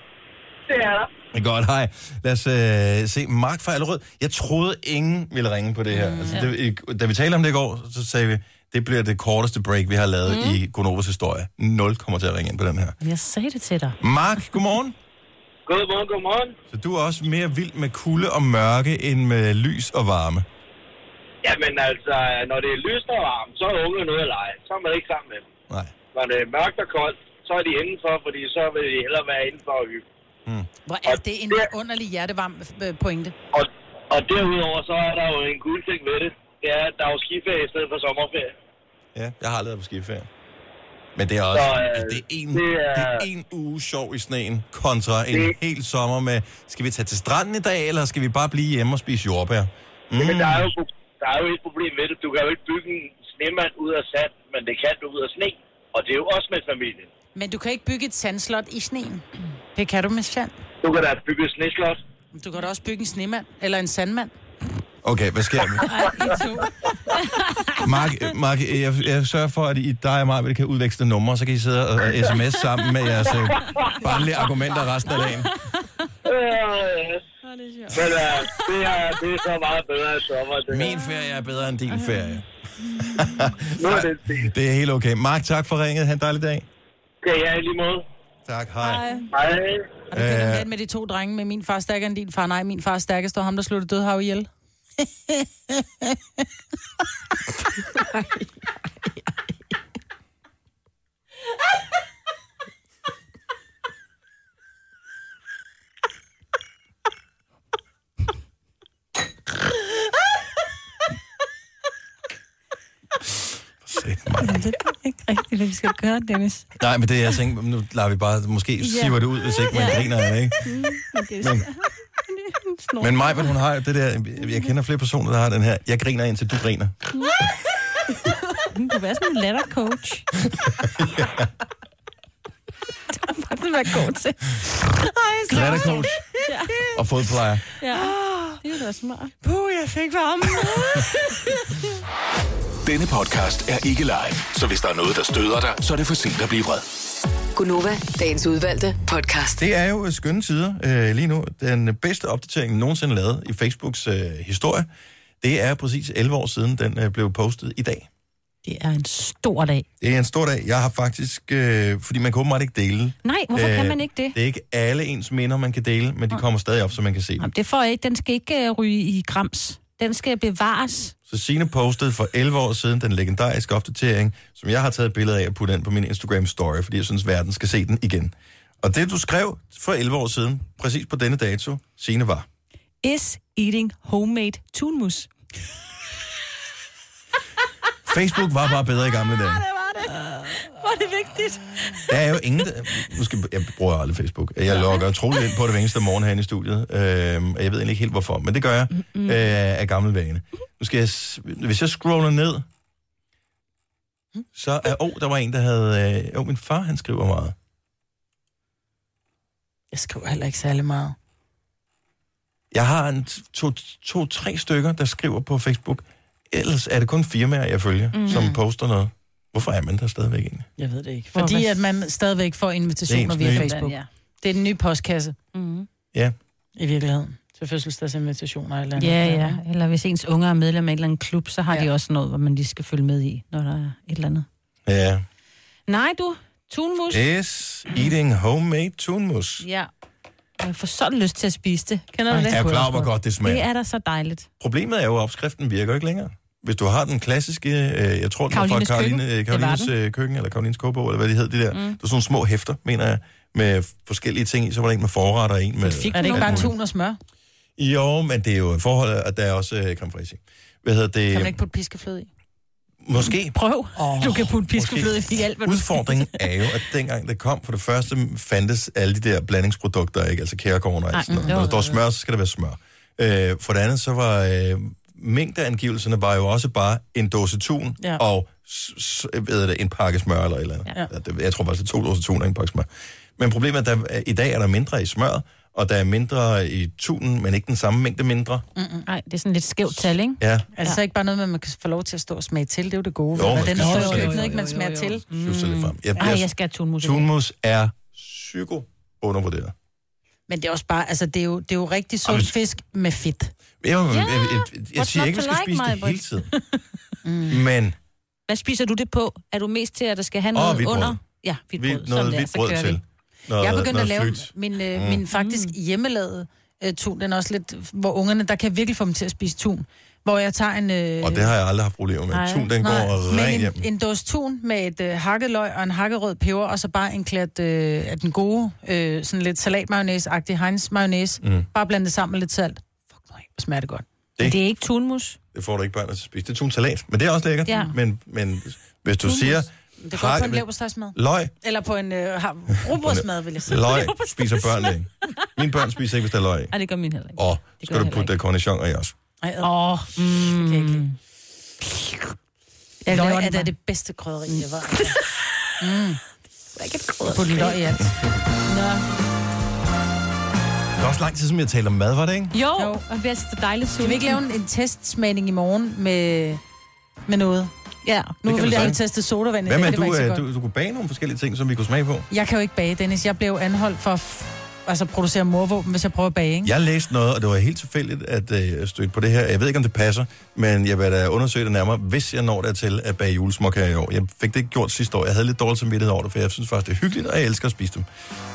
Det er der.
Godt, hej. Lad os øh, se. Mark fra Allerød. Jeg troede, ingen ville ringe på det her. Altså, det, i- da vi talte om det i går, så sagde vi, det bliver det korteste break, vi har lavet mm. i Gonovas historie. Nul kommer til at ringe ind på den her.
Jeg sagde det til dig.
Mark, godmorgen.
Godmorgen, godmorgen.
Så du er også mere vild med kulde og mørke, end med lys og varme.
Jamen altså, når det er lyst og varmt, så er ungerne ude at lege. Så er man ikke sammen med dem.
Nej.
Når det er mørkt og koldt, så er de indenfor, fordi så vil de hellere være indenfor og hygge.
Hvor er det en underlig hjertevarm øh, pointe.
Og derudover, så er der jo en guld ting ved det. Det er, at der er jo skiferie i stedet for sommerferie.
Ja, jeg har aldrig været på skiferie. Men det er også
Så,
så,
øh,
øh, det er en,
det
det
er-
er... Det er en uge sjov i sneen, kontra en
Det-
hel sommer med, skal vi tage til stranden i dag, eller skal vi bare blive hjemme og spise jordbær? Mm.
Men der er, jo, der er jo et problem ved det. Du kan jo ikke bygge en snemand ud af sand, men det kan du ud af sne. Og det er jo også med familien.
Men du kan ikke bygge et sandslot i sneen. Det kan du med sand.
Du kan da bygge et sneslot.
Du kan da også bygge en snemand eller en sandmand.
Okay, hvad sker der? Mark, Mark jeg, jeg sørger for, at I, dig og mig vi kan udveksle numre, så kan I sidde og, og sms sammen med jeres øh, barnlige argumenter resten af dagen.
Øh. Men uh, det, er, det er så meget bedre end sommer. Det
Min ferie er bedre end din ferie. det er helt okay. Mark, tak for ringet. Ha' en dejlig dag.
Kan jeg i lige måde.
Tak, hej.
Hej.
Har du øh... den med de to drenge med min far er stærkere end din far? Nej, min far er stærkest, og ham, der sluttede dødhav ihjel.
Jamen,
det er ikke rigtigt, hvad vi skal gøre, Dennis.
Nej, men det jeg tænkte, nu lader vi bare, måske siver det ud, hvis ikke man griner af det, ikke? Men- Men mig, hun har jo det der, jeg kender flere personer, der har den her, jeg griner indtil du griner.
Hun kunne være sådan en lattercoach. det har faktisk været god til. Ej,
så- Lattercoach.
Ja.
Og fodplejer.
ja. Det er jo da smart.
Puh, jeg fik varme.
Denne podcast er ikke live, så hvis der er noget, der støder dig, så er det for sent at blive vred.
Gunova, dagens udvalgte podcast.
Det er jo øh, skønne tider øh, lige nu. Den bedste opdatering nogensinde lavet i Facebooks øh, historie, det er præcis 11 år siden, den øh, blev postet i dag.
Det er en stor dag.
Det er en stor dag. Jeg har faktisk, øh, fordi man kan åbenbart ikke dele. Øh,
Nej, hvorfor kan man ikke Øh, det?
Det er ikke alle ens minder, man kan dele, men de kommer stadig op, så man kan se dem.
Jamen, det får jeg ikke. Den skal ikke øh, ryge i grams. Den skal bevares.
Så Signe postede for 11 år siden den legendariske opdatering, som jeg har taget billeder af og puttet ind på min Instagram-story, fordi jeg synes, verden skal se den igen. Og det, du skrev for 11 år siden, præcis på denne dato, Signe var.
Is eating homemade tunmus.
Facebook var bare bedre i gamle dage.
var det. Var det vigtigt?
Der er jo ingen... der- Måske, jeg bruger aldrig Facebook. Jeg logger utroligt ind på det hver eneste morgen herinde i studiet. Øh, og jeg ved egentlig ikke helt, hvorfor. Men det gør jeg øh, af gammel vane. Nu skal jeg, s- hvis jeg scroller ned, så er... Åh, oh, der var en, der havde... Øh, oh, min far, han skriver meget.
Jeg skriver heller ikke særlig meget.
Jeg har en t- to, to, tre stykker, der skriver på Facebook. Ellers er det kun firmaer, jeg følger,
Mhm.
mm. som poster noget. Hvorfor er man der stadigvæk egentlig?
Jeg ved det ikke. Fordi at man stadigvæk får invitationer
Det er ens
via
nye.
Facebook. Det er den nye postkasse. Mm-hmm.
Ja.
I virkeligheden. Til fødselsdagsinvitationer eller andet.
Ja, ja. Eller hvis ens unge er medlem af en eller anden klub, så har ja. de også noget, hvor man lige skal følge med i, når der er et eller andet.
Ja.
Nej, du. Tunmus.
Yes, eating homemade tunmus.
Ja. Jeg får sådan lyst til at spise det. Kender du
Ej,
det?
er jeg klar over, hvor godt det smager?
Det er da så dejligt.
Problemet er jo, at opskriften virker ikke længere. Hvis du har den klassiske, øh, jeg tror, den Karolines
Karolines
fra Karoline,
køkken.
øh,
Det var
Karolines
den.
øh, køkken, eller Karolines kogebog, eller hvad de hed, de der. Mm.
Mm.
Der er sådan nogle små hæfter, mener jeg, med forskellige ting i. Så var der en med forret og en med...
Fik er det ikke bare tun og smør?
Jo, men det er jo forholdet, og der er også øh, creme fraiche. Hvad hedder det?
Kan man ikke putte piskefløde i?
Måske.
Prøv.
Oh,
Du kan putte piskefløde
måske.
i alt, hvad du
Udfordringen er jo, at dengang det kom, for det første fandtes alle de der blandingsprodukter, ikke? altså kærgården og
Nej,
alt sådan noget.
det var
Når der står
noget
smør, så skal der være smør. Øh, for det andet, så var øh, mængdeangivelserne var jo også bare en dåse tun
Ja.
ja. og s- s- hvad er det, en pakke smør eller et eller andet.
Ja.
Ja. det- Jeg tror faktisk, det er to dåser tun og en pakke smør. Men problemet er, at der, i dag er der mindre i smør, og der er mindre i tunen, men ikke den samme mængde mindre.
Nej, det er sådan lidt skævt tal, ikke?
Ja.
Er det Altså, så ikke bare noget med, at man kan få lov til at stå og smage til? Det er jo det gode.
Jo,
ved
man
det. den
skal jo,
står jo
jo,
i
jo,
køkkenet, ikke?
jo,
Man smager til.
Suser lidt frem. Jeg,
Mm. Ej, jeg skal have tunmus.
Tunmus er psyko-undervurderet.
Men det er også bare, altså det er jo, det er jo rigtig sund fisk med fedt.
Jeg, jeg, jeg, jeg, jeg
what's
siger
not
ikke, at vi
to
skal
like,
spise det
Maj-Brit?
hele tiden. Mm. Men
Hvad spiser du det på? Er du mest til, at der skal have
Åh,
noget
hvidt brød.
under? Ja, hvidt
vi,
brød. Sådan
noget
der,
hvidt
så
brød
kører vi.
til. Noget,
jeg er begyndt at
noget
lave
flyt.
min, øh,
Mm.
mm. min faktisk hjemmelavede øh, tun. Den er også lidt, hvor ungerne, der kan jeg virkelig få dem til at spise tun. Hvor jeg tager en... Øh,
Og det har jeg aldrig haft problemer med.
nej,
Tun, den
nej,
går
men
rent
en,
hjem.
en dåse tun med et øh, hakket løg og en hakket rød peber, og så bare en klat øh, af den gode, øh, sådan lidt salatmayonnaise-agtig Heinz mayonnaise.
Mm.
Mm. Bare blande det sammen med lidt salt. Fuck nej, hvor smager det godt.
Det-
det er ikke tunmus.
Det får du ikke børn til at spise. Det er tunsalat, men det er også lækkert.
Ja.
Men, men hvis du
Tunmus.
siger...
Det er godt på en leverpostejsmad.
Løg.
Eller på en øh, har- rugbrødsmad, vil jeg sige.
Løg spiser børn ikke. Mine børn spiser ikke, hvis der er løg. i.
Ej, det gør min heller ikke.
Og
Det gør
skal du
jeg
putte cornichon i også.
Åh, oh, mm.
Jeg løg
laver den
er da
bare.
det bedste krydderi, jeg var. Mm. På den løg i alt.
Det er også lang tid, som jeg talte om mad, var det ikke?
Jo, jo. og det er så dejligt
Kan vi ikke lave en, en testsmagning i morgen med, med noget?
Ja.
Nu
Det kan
vil
vi
jeg
sagtens.
ikke teste sodavand. i
Hvad
dag,
med,
det var
du,
ikke så
øh,
godt.
du, du kunne bage nogle forskellige ting, som vi kunne smage på?
Jeg kan jo ikke bage, Dennis. Jeg blev anholdt for at f- altså, producere morvåben, hvis jeg prøver at bage, ikke?
Jeg læste noget, og det var helt tilfældigt at øh, støtte på det her. Jeg ved ikke, om det passer, men jeg vil da undersøge det nærmere, hvis jeg når dertil at bage julesmokker i år. Jeg fik det ikke gjort sidste år. Jeg havde lidt dårlig samvittighed over det, for jeg synes faktisk, det er hyggeligt, og jeg elsker at spise dem.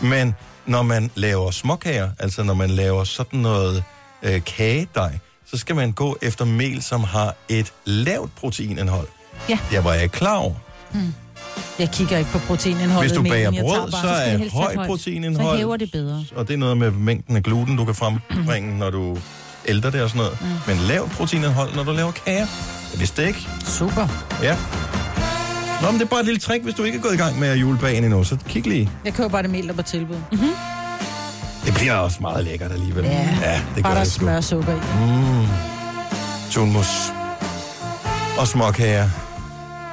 Men når man laver småkager, altså når man laver sådan noget øh, kagedej, så skal man gå efter mel, som har et lavt proteinindhold.
Ja.
Jeg var ikke klar over.
Jeg kigger ikke på proteinindholdet.
Hvis du
i melen,
bager
jeg tager
brød,
bare-
så er
skal det helst være
højt
højt.
proteinindhold.
Så hæver det bedre.
og det er noget med mængden af gluten, du kan frembringe, når du ældrer det og sådan noget. Mm. Men lav proteinindhold, når du laver kager. Jeg vidste det ikke.
Super.
Ja. Nå, men det er bare et lille trick, hvis du ikke er gået i gang med at julebagen endnu, så kig lige.
Jeg køber bare det mel, der er på tilbud. Mm-hmm.
Det bliver også meget lækkert alligevel.
Ja.
ja det gør
Bare der er
det sgu.
smørsukker i.
Mm. Tunmus. Og småkager.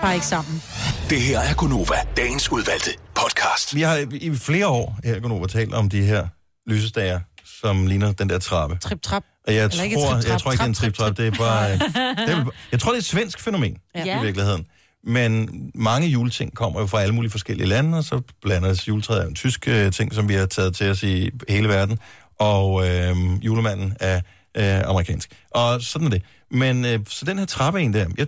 Bare ikke sammen.
Det her er Gunova, dagens udvalgte podcast.
Vi har i flere år her i Gonova talt om de her lysestager, som ligner den der trappe.
Trip-trap.
Og jeg
Eller ikke
tror,
trip-trap.
jeg tror ikke, det er en trip-trap. Det er bare... øh, det er, jeg tror, det er et svensk fænomen
Ja.
ja. i virkeligheden. Men mange juleting kommer jo fra alle mulige forskellige lande, og så blandes juletræet er jo en tysk øh, ting, som vi har taget til os i hele verden, og øh, julemanden er øh, amerikansk. Og sådan er det. Men øh, så den her trappe en der, jeg,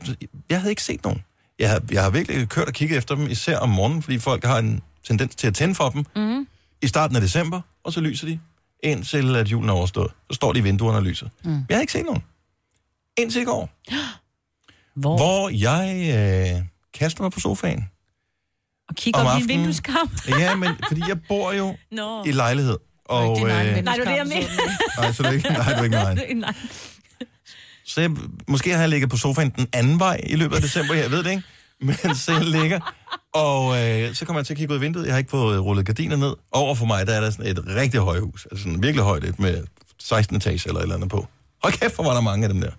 jeg havde ikke set nogen. Jeg har, jeg har virkelig kørt og kigget efter dem, især om morgenen, fordi folk har en tendens til at tænde for dem,
Mm.
i starten af december, og så lyser de, indtil at julen er overstået. Så står de i vinduerne og lyser. Mm. Jeg har ikke set nogen. Indtil i går.
Hvor?
Hvor jeg øh, kaster mig på sofaen.
Og kigger
Om
op i en
aftenen.
vindueskamp.
Ja, men fordi jeg bor jo
Nå.
i lejlighed. Og,
Nej,
øh,
det er det, jeg mener.
nej, så er det ikke, nej, det er ikke mig.
Nej.
Så jeg, måske har jeg ligget på sofaen den anden vej i løbet af december, jeg ved det ikke. Men så jeg ligger, og øh, så kommer jeg til at kigge ud af vinduet. Jeg har ikke fået øh, rullet gardiner ned. Over for mig, der er der sådan et rigtig højhus. Altså sådan virkelig højt, et med 16 etage eller et eller andet på. Hold kæft, hvor var der mange af dem der.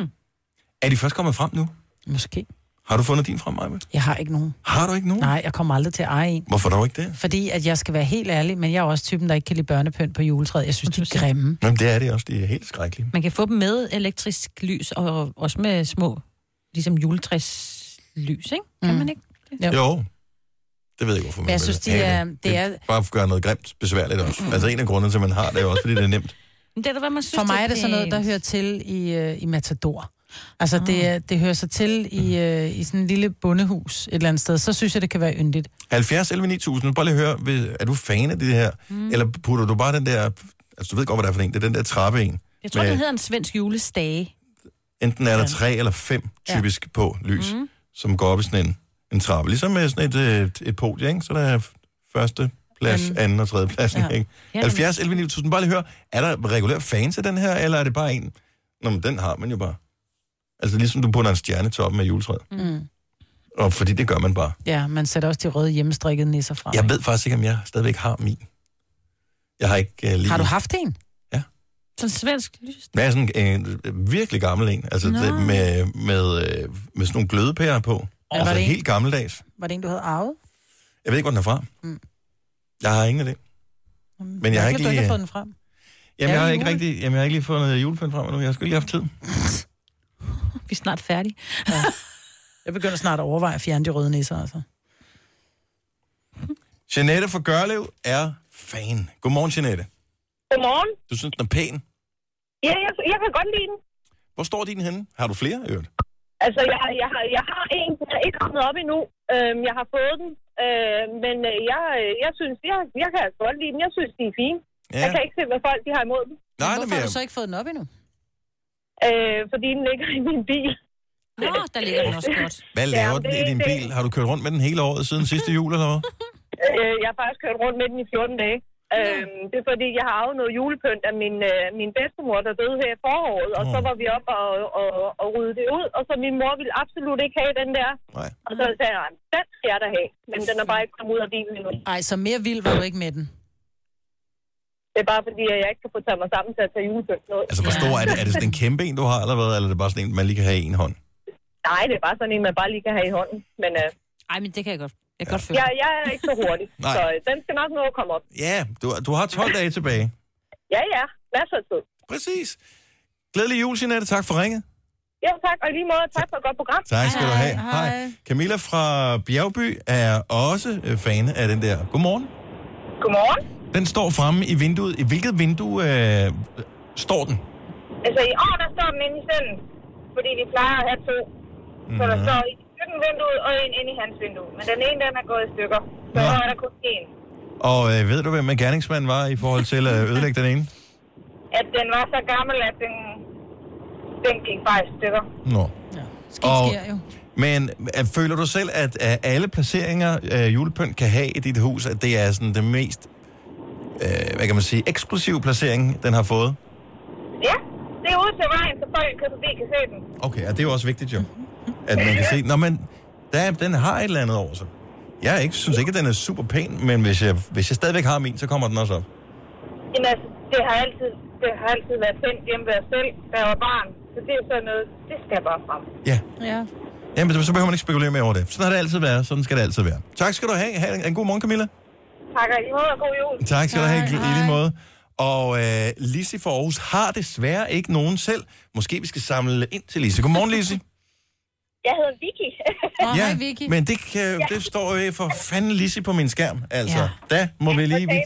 Mm.
Er de først kommet frem nu?
Måske.
Har du fundet din frem, Maja?
Jeg har ikke nogen.
Har du ikke nogen?
Nej, jeg kommer aldrig til at eje en.
Hvorfor dog ikke det?
Fordi at jeg skal være helt ærlig, men jeg er også typen, der ikke kan lide børnepynt på juletræet. Jeg synes, det er grimme.
Jamen, det er det også. De er helt skrækkelige.
Man kan få dem med elektrisk lys, og også med små, ligesom juletræslys, ikke? Kan mm. man ikke?
Jo. jo. Det ved jeg ikke, hvorfor
Men
man
jeg
vil
synes, de
have
er-
det.
det er- Mm.
Bare for at gøre noget grimt besværligt også. Altså en af grundene til, at man har det, er jo også, fordi det er nemt.
Men det er da, hvad man synes,
For mig er det sådan noget,
pænt.
der hører til i, øh, i Matador. Altså, det, er- det hører sig til i, øh, i sådan en lille bondehus et eller andet sted. Så synes jeg, det kan være yndigt.
70 11 9000, bare lige høre, vil- er du fan af det her? Mm. Eller putter du bare den der, altså du ved godt, hvad det er for en, det er den der trappe en.
Jeg tror, den hedder en svensk julestage.
Enten er der tre eller fem
Ja.
typisk ja. på lys, mm.
Mm.
som går op i sådan en, en trappe. Ligesom med sådan et, øh, et, et podie, ikke? Så der er første plads,
Anden.
anden og tredje pladsen,
Ja.
ja. ikke?
Ja,
70 11 9000, bare lige høre, er der regulær fans af den her, eller er det bare en? Nå, men den har man jo bare. Altså ligesom du putter en stjerne i toppen af juletræet.
Mm.
Og fordi det gør man bare.
Ja, man sætter også de røde hjemmestrikkede nisser frem.
Jeg ved faktisk ikke, om jeg stadigvæk har min. Jeg har ikke uh, lige...
Har du haft en?
Ja.
Sådan svensk lys.
Det er sådan en øh, virkelig gammel en. Altså
Nå.
det, med, med, øh, med sådan nogle glødepærer på.
var
altså
det en-
helt gammeldags.
Var det en, du havde arvet?
Jeg ved ikke, hvor den er fra.
Mm.
Jeg har ingen af det. Men jeg har ikke
du
lige...
ikke har fået den frem.
Jamen, jeg
Er
har
det
ikke
jule?
rigtig, jamen, jeg har ikke lige fået noget julepynt frem endnu. Jeg har sgu lige haft tid.
Vi er snart færdige.
Jeg begynder snart at overveje at fjerne de røde nisser, altså.
Jeanette fra Gørlev er fan. Godmorgen, Jeanette.
Godmorgen.
Du synes, den er pæn.
Ja, jeg, jeg kan godt lide den.
Hvor står din henne? Har du flere, i øvrigt?
Altså, jeg, jeg, har, jeg har en, den er ikke kommet op endnu. Øhm, jeg har fået den, øh, men øh, jeg, øh, jeg synes, jeg, jeg kan altså godt lide dem. Jeg synes, de er fine.
Ja.
Ja. Jeg kan ikke se, hvad folk de har imod dem.
Nej,
Hvorfor har du så ikke fået den op endnu?
Øh, fordi den ligger i min bil.
Nå, der ligger den også godt.
Hvad laver ja, den i din bil? Har du kørt rundt med den hele året siden sidste jul, eller hvad?
Øh, jeg har faktisk kørt rundt med den i 14 dage. Øhm, det er fordi, jeg har arvet noget julepynt af min, øh, min bedstemor, der døde her i foråret, og så var vi op og, og, og rydde det ud, og så min mor ville absolut ikke have den der.
Nej.
Og så sagde han, den skal jeg da have, men den er bare ikke kommet ud af bilen endnu.
Ej, så mere vild var du ikke med den.
Det er bare fordi, at jeg ikke kan få taget mig sammen til at tage julepynt noget.
Altså, hvor stor er det? Er det sådan en kæmpe en, du har, eller hvad? Eller er det bare sådan en, man lige kan have i en hånd?
Nej, det er bare sådan en, man bare lige kan have i hånden. Men, øh,
Ej, men det kan jeg godt. Jeg kan godt
jeg, jeg er ikke så hurtig,
Nej.
så øh, den skal nok nå at komme op.
Ja, du, du har 12 dage tilbage.
Ja, ja. Masser af tid.
Præcis. Glædelig jul, Jeanette. Tak for ringet.
Ja, tak. Og i lige måde, tak for et godt program.
Tak skal du have. Camilla fra Bjergby er også øh, fan af den der. Godmorgen.
Godmorgen.
Den står fremme i vinduet. I hvilket vindue øh, står den?
Altså i år, der står den inde i sengen, fordi vi plejer at have to. Så der
Mhm.
står i køkkenvinduet og en inde i hans vindue. Men den ene, den er gået i stykker. Så
Nå.
ja. er der kun én.
Og øh, ved du, hvem en gerningsmand var i forhold til at ødelægge den ene?
At den var så gammel, at den, den gik bare i stykker.
Nå.
Skidt sker jo.
Men øh, føler du selv, at øh, alle placeringer, øh, julepynt kan have i dit hus, at det er sådan det mest, øh, hvad kan man sige, eksklusive placering, den har fået?
Ja, det er ude til vejen, så folk kan forbi kan se den.
Okay, og det er jo også vigtigt jo, Mm-hmm. at man kan se, når man, der, er- den har et eller andet over sig. Jeg er ikke, synes ikke, at den er super pæn, men hvis jeg, hvis jeg stadigvæk har min, så kommer den også op.
Jamen altså, det har altid, det har altid været tændt hjemme ved os selv, da jeg var barn. Så det er sådan noget, det skal bare frem.
Ja.
Ja.
Jamen, så behøver man ikke spekulere mere over det. Sådan har det altid været, sådan skal det altid være. Tak skal du have. Ha' en, en god morgen, Camilla.
Tak og i lige måde, og god jul.
Tak skal du have, i lige måde. Og øh, Lisi fra Aarhus har desværre ikke nogen selv. Måske vi skal samle ind til Lisi. Godmorgen, Lisi.
Jeg hedder Vicky.
men det, kan, det står jo for fanden Lisi på min skærm. Altså, ja.
Ja.
der må vi lige... Vi,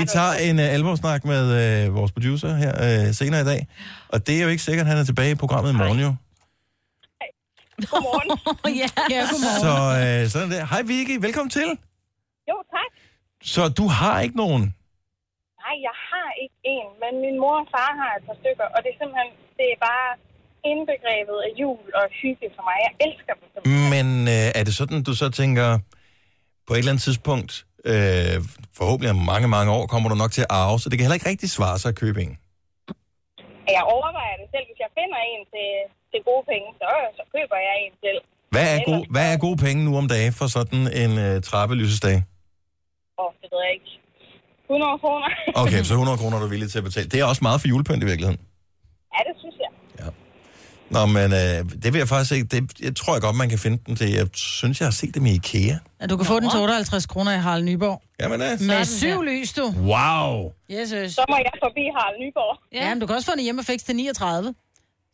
vi tager en uh, alvorsnak med uh, vores producer her uh, senere i dag. Og det er jo ikke sikkert, at han er tilbage i programmet i morgen jo.
Godmorgen.
ja.
ja, godmorgen.
Så uh, sådan der. Hej Vicky, velkommen til.
Jo, tak.
Så du har ikke nogen?
Nej, jeg har ikke en, men min mor og far har et par stykker, og det er simpelthen, det er bare indbegrebet af jul og hygge for mig. Jeg elsker dem.
Men øh, er det sådan, du så tænker, på et eller andet tidspunkt, øh, forhåbentlig om mange, mange år, kommer du nok til at arve, så det kan heller ikke rigtig svare sig at købe en.
at jeg overvejer det selv. Hvis jeg finder en til, til gode penge, så, så køber jeg en selv.
Hvad er, gode, hvad er gode penge nu om dagen for sådan en øh, trappelysesdag?
Og det ved jeg ikke. 100 kroner.
Okay, så 100 kroner er du villig til at betale. Det er også meget for julepynt i virkeligheden.
ja, det synes jeg.
Nå, men øh, det vil jeg faktisk ikke. Det, jeg tror jeg godt, man kan finde dem til. Jeg synes, jeg har set dem i IKEA.
Ja, du kan få den til 58 kroner i Harald Nyborg.
Jamen, det.
Med syv lys, du.
Wow!
Yes, yes. Så
må jeg forbi Harald Nyborg.
Ja, ja men du kan også få den hjemme og fikse til 39.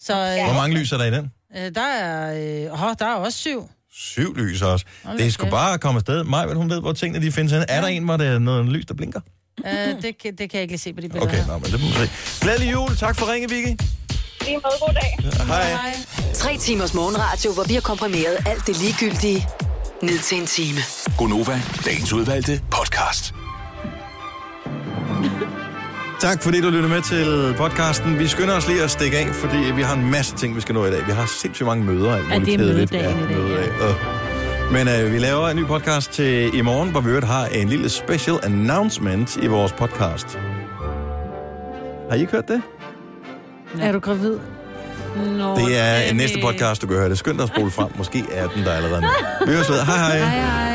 Så, øh,
Hvor mange lys er der i den?
Øh, der er, øh, åh, der er også syv.
Syv lys også.
Hold da
Det er sgu
kæft.
bare at komme afsted. Maj, hun ved, hvor tingene de findes henne. Er der en, hvor der er noget lys, der blinker?
Øh, det, kan- det kan jeg ikke lige se på de billeder
Okay,
her.
nå, men det må vi se. Glædelig jul. Tak for ringe, Vicky.
Lige måde, god dag.
Hej.
Tre timers morgenradio, hvor vi har komprimeret alt det ligegyldige ned til en time.
Gonova, dagens udvalgte podcast.
Tak fordi du lyttede med til podcasten. Vi skynder os lige at stikke af, fordi vi har en masse ting, vi skal nå i dag. Vi har sindssygt mange møder. og alt
Ja, det er
muligt kedeligt.
mødedagen i dag,
mødedag. Øh. Men øh, vi laver en ny podcast til i morgen, hvor vi i øvrigt har en lille special announcement i vores podcast. Har I ikke hørt det?
Er du gravid?
Nå,
Det er
Dennis.
næste podcast, du kan høre. Det er skyndt dig at spole frem. Måske er den der allerede nu. Vi høres ved. Hej hej.
Hej, hej.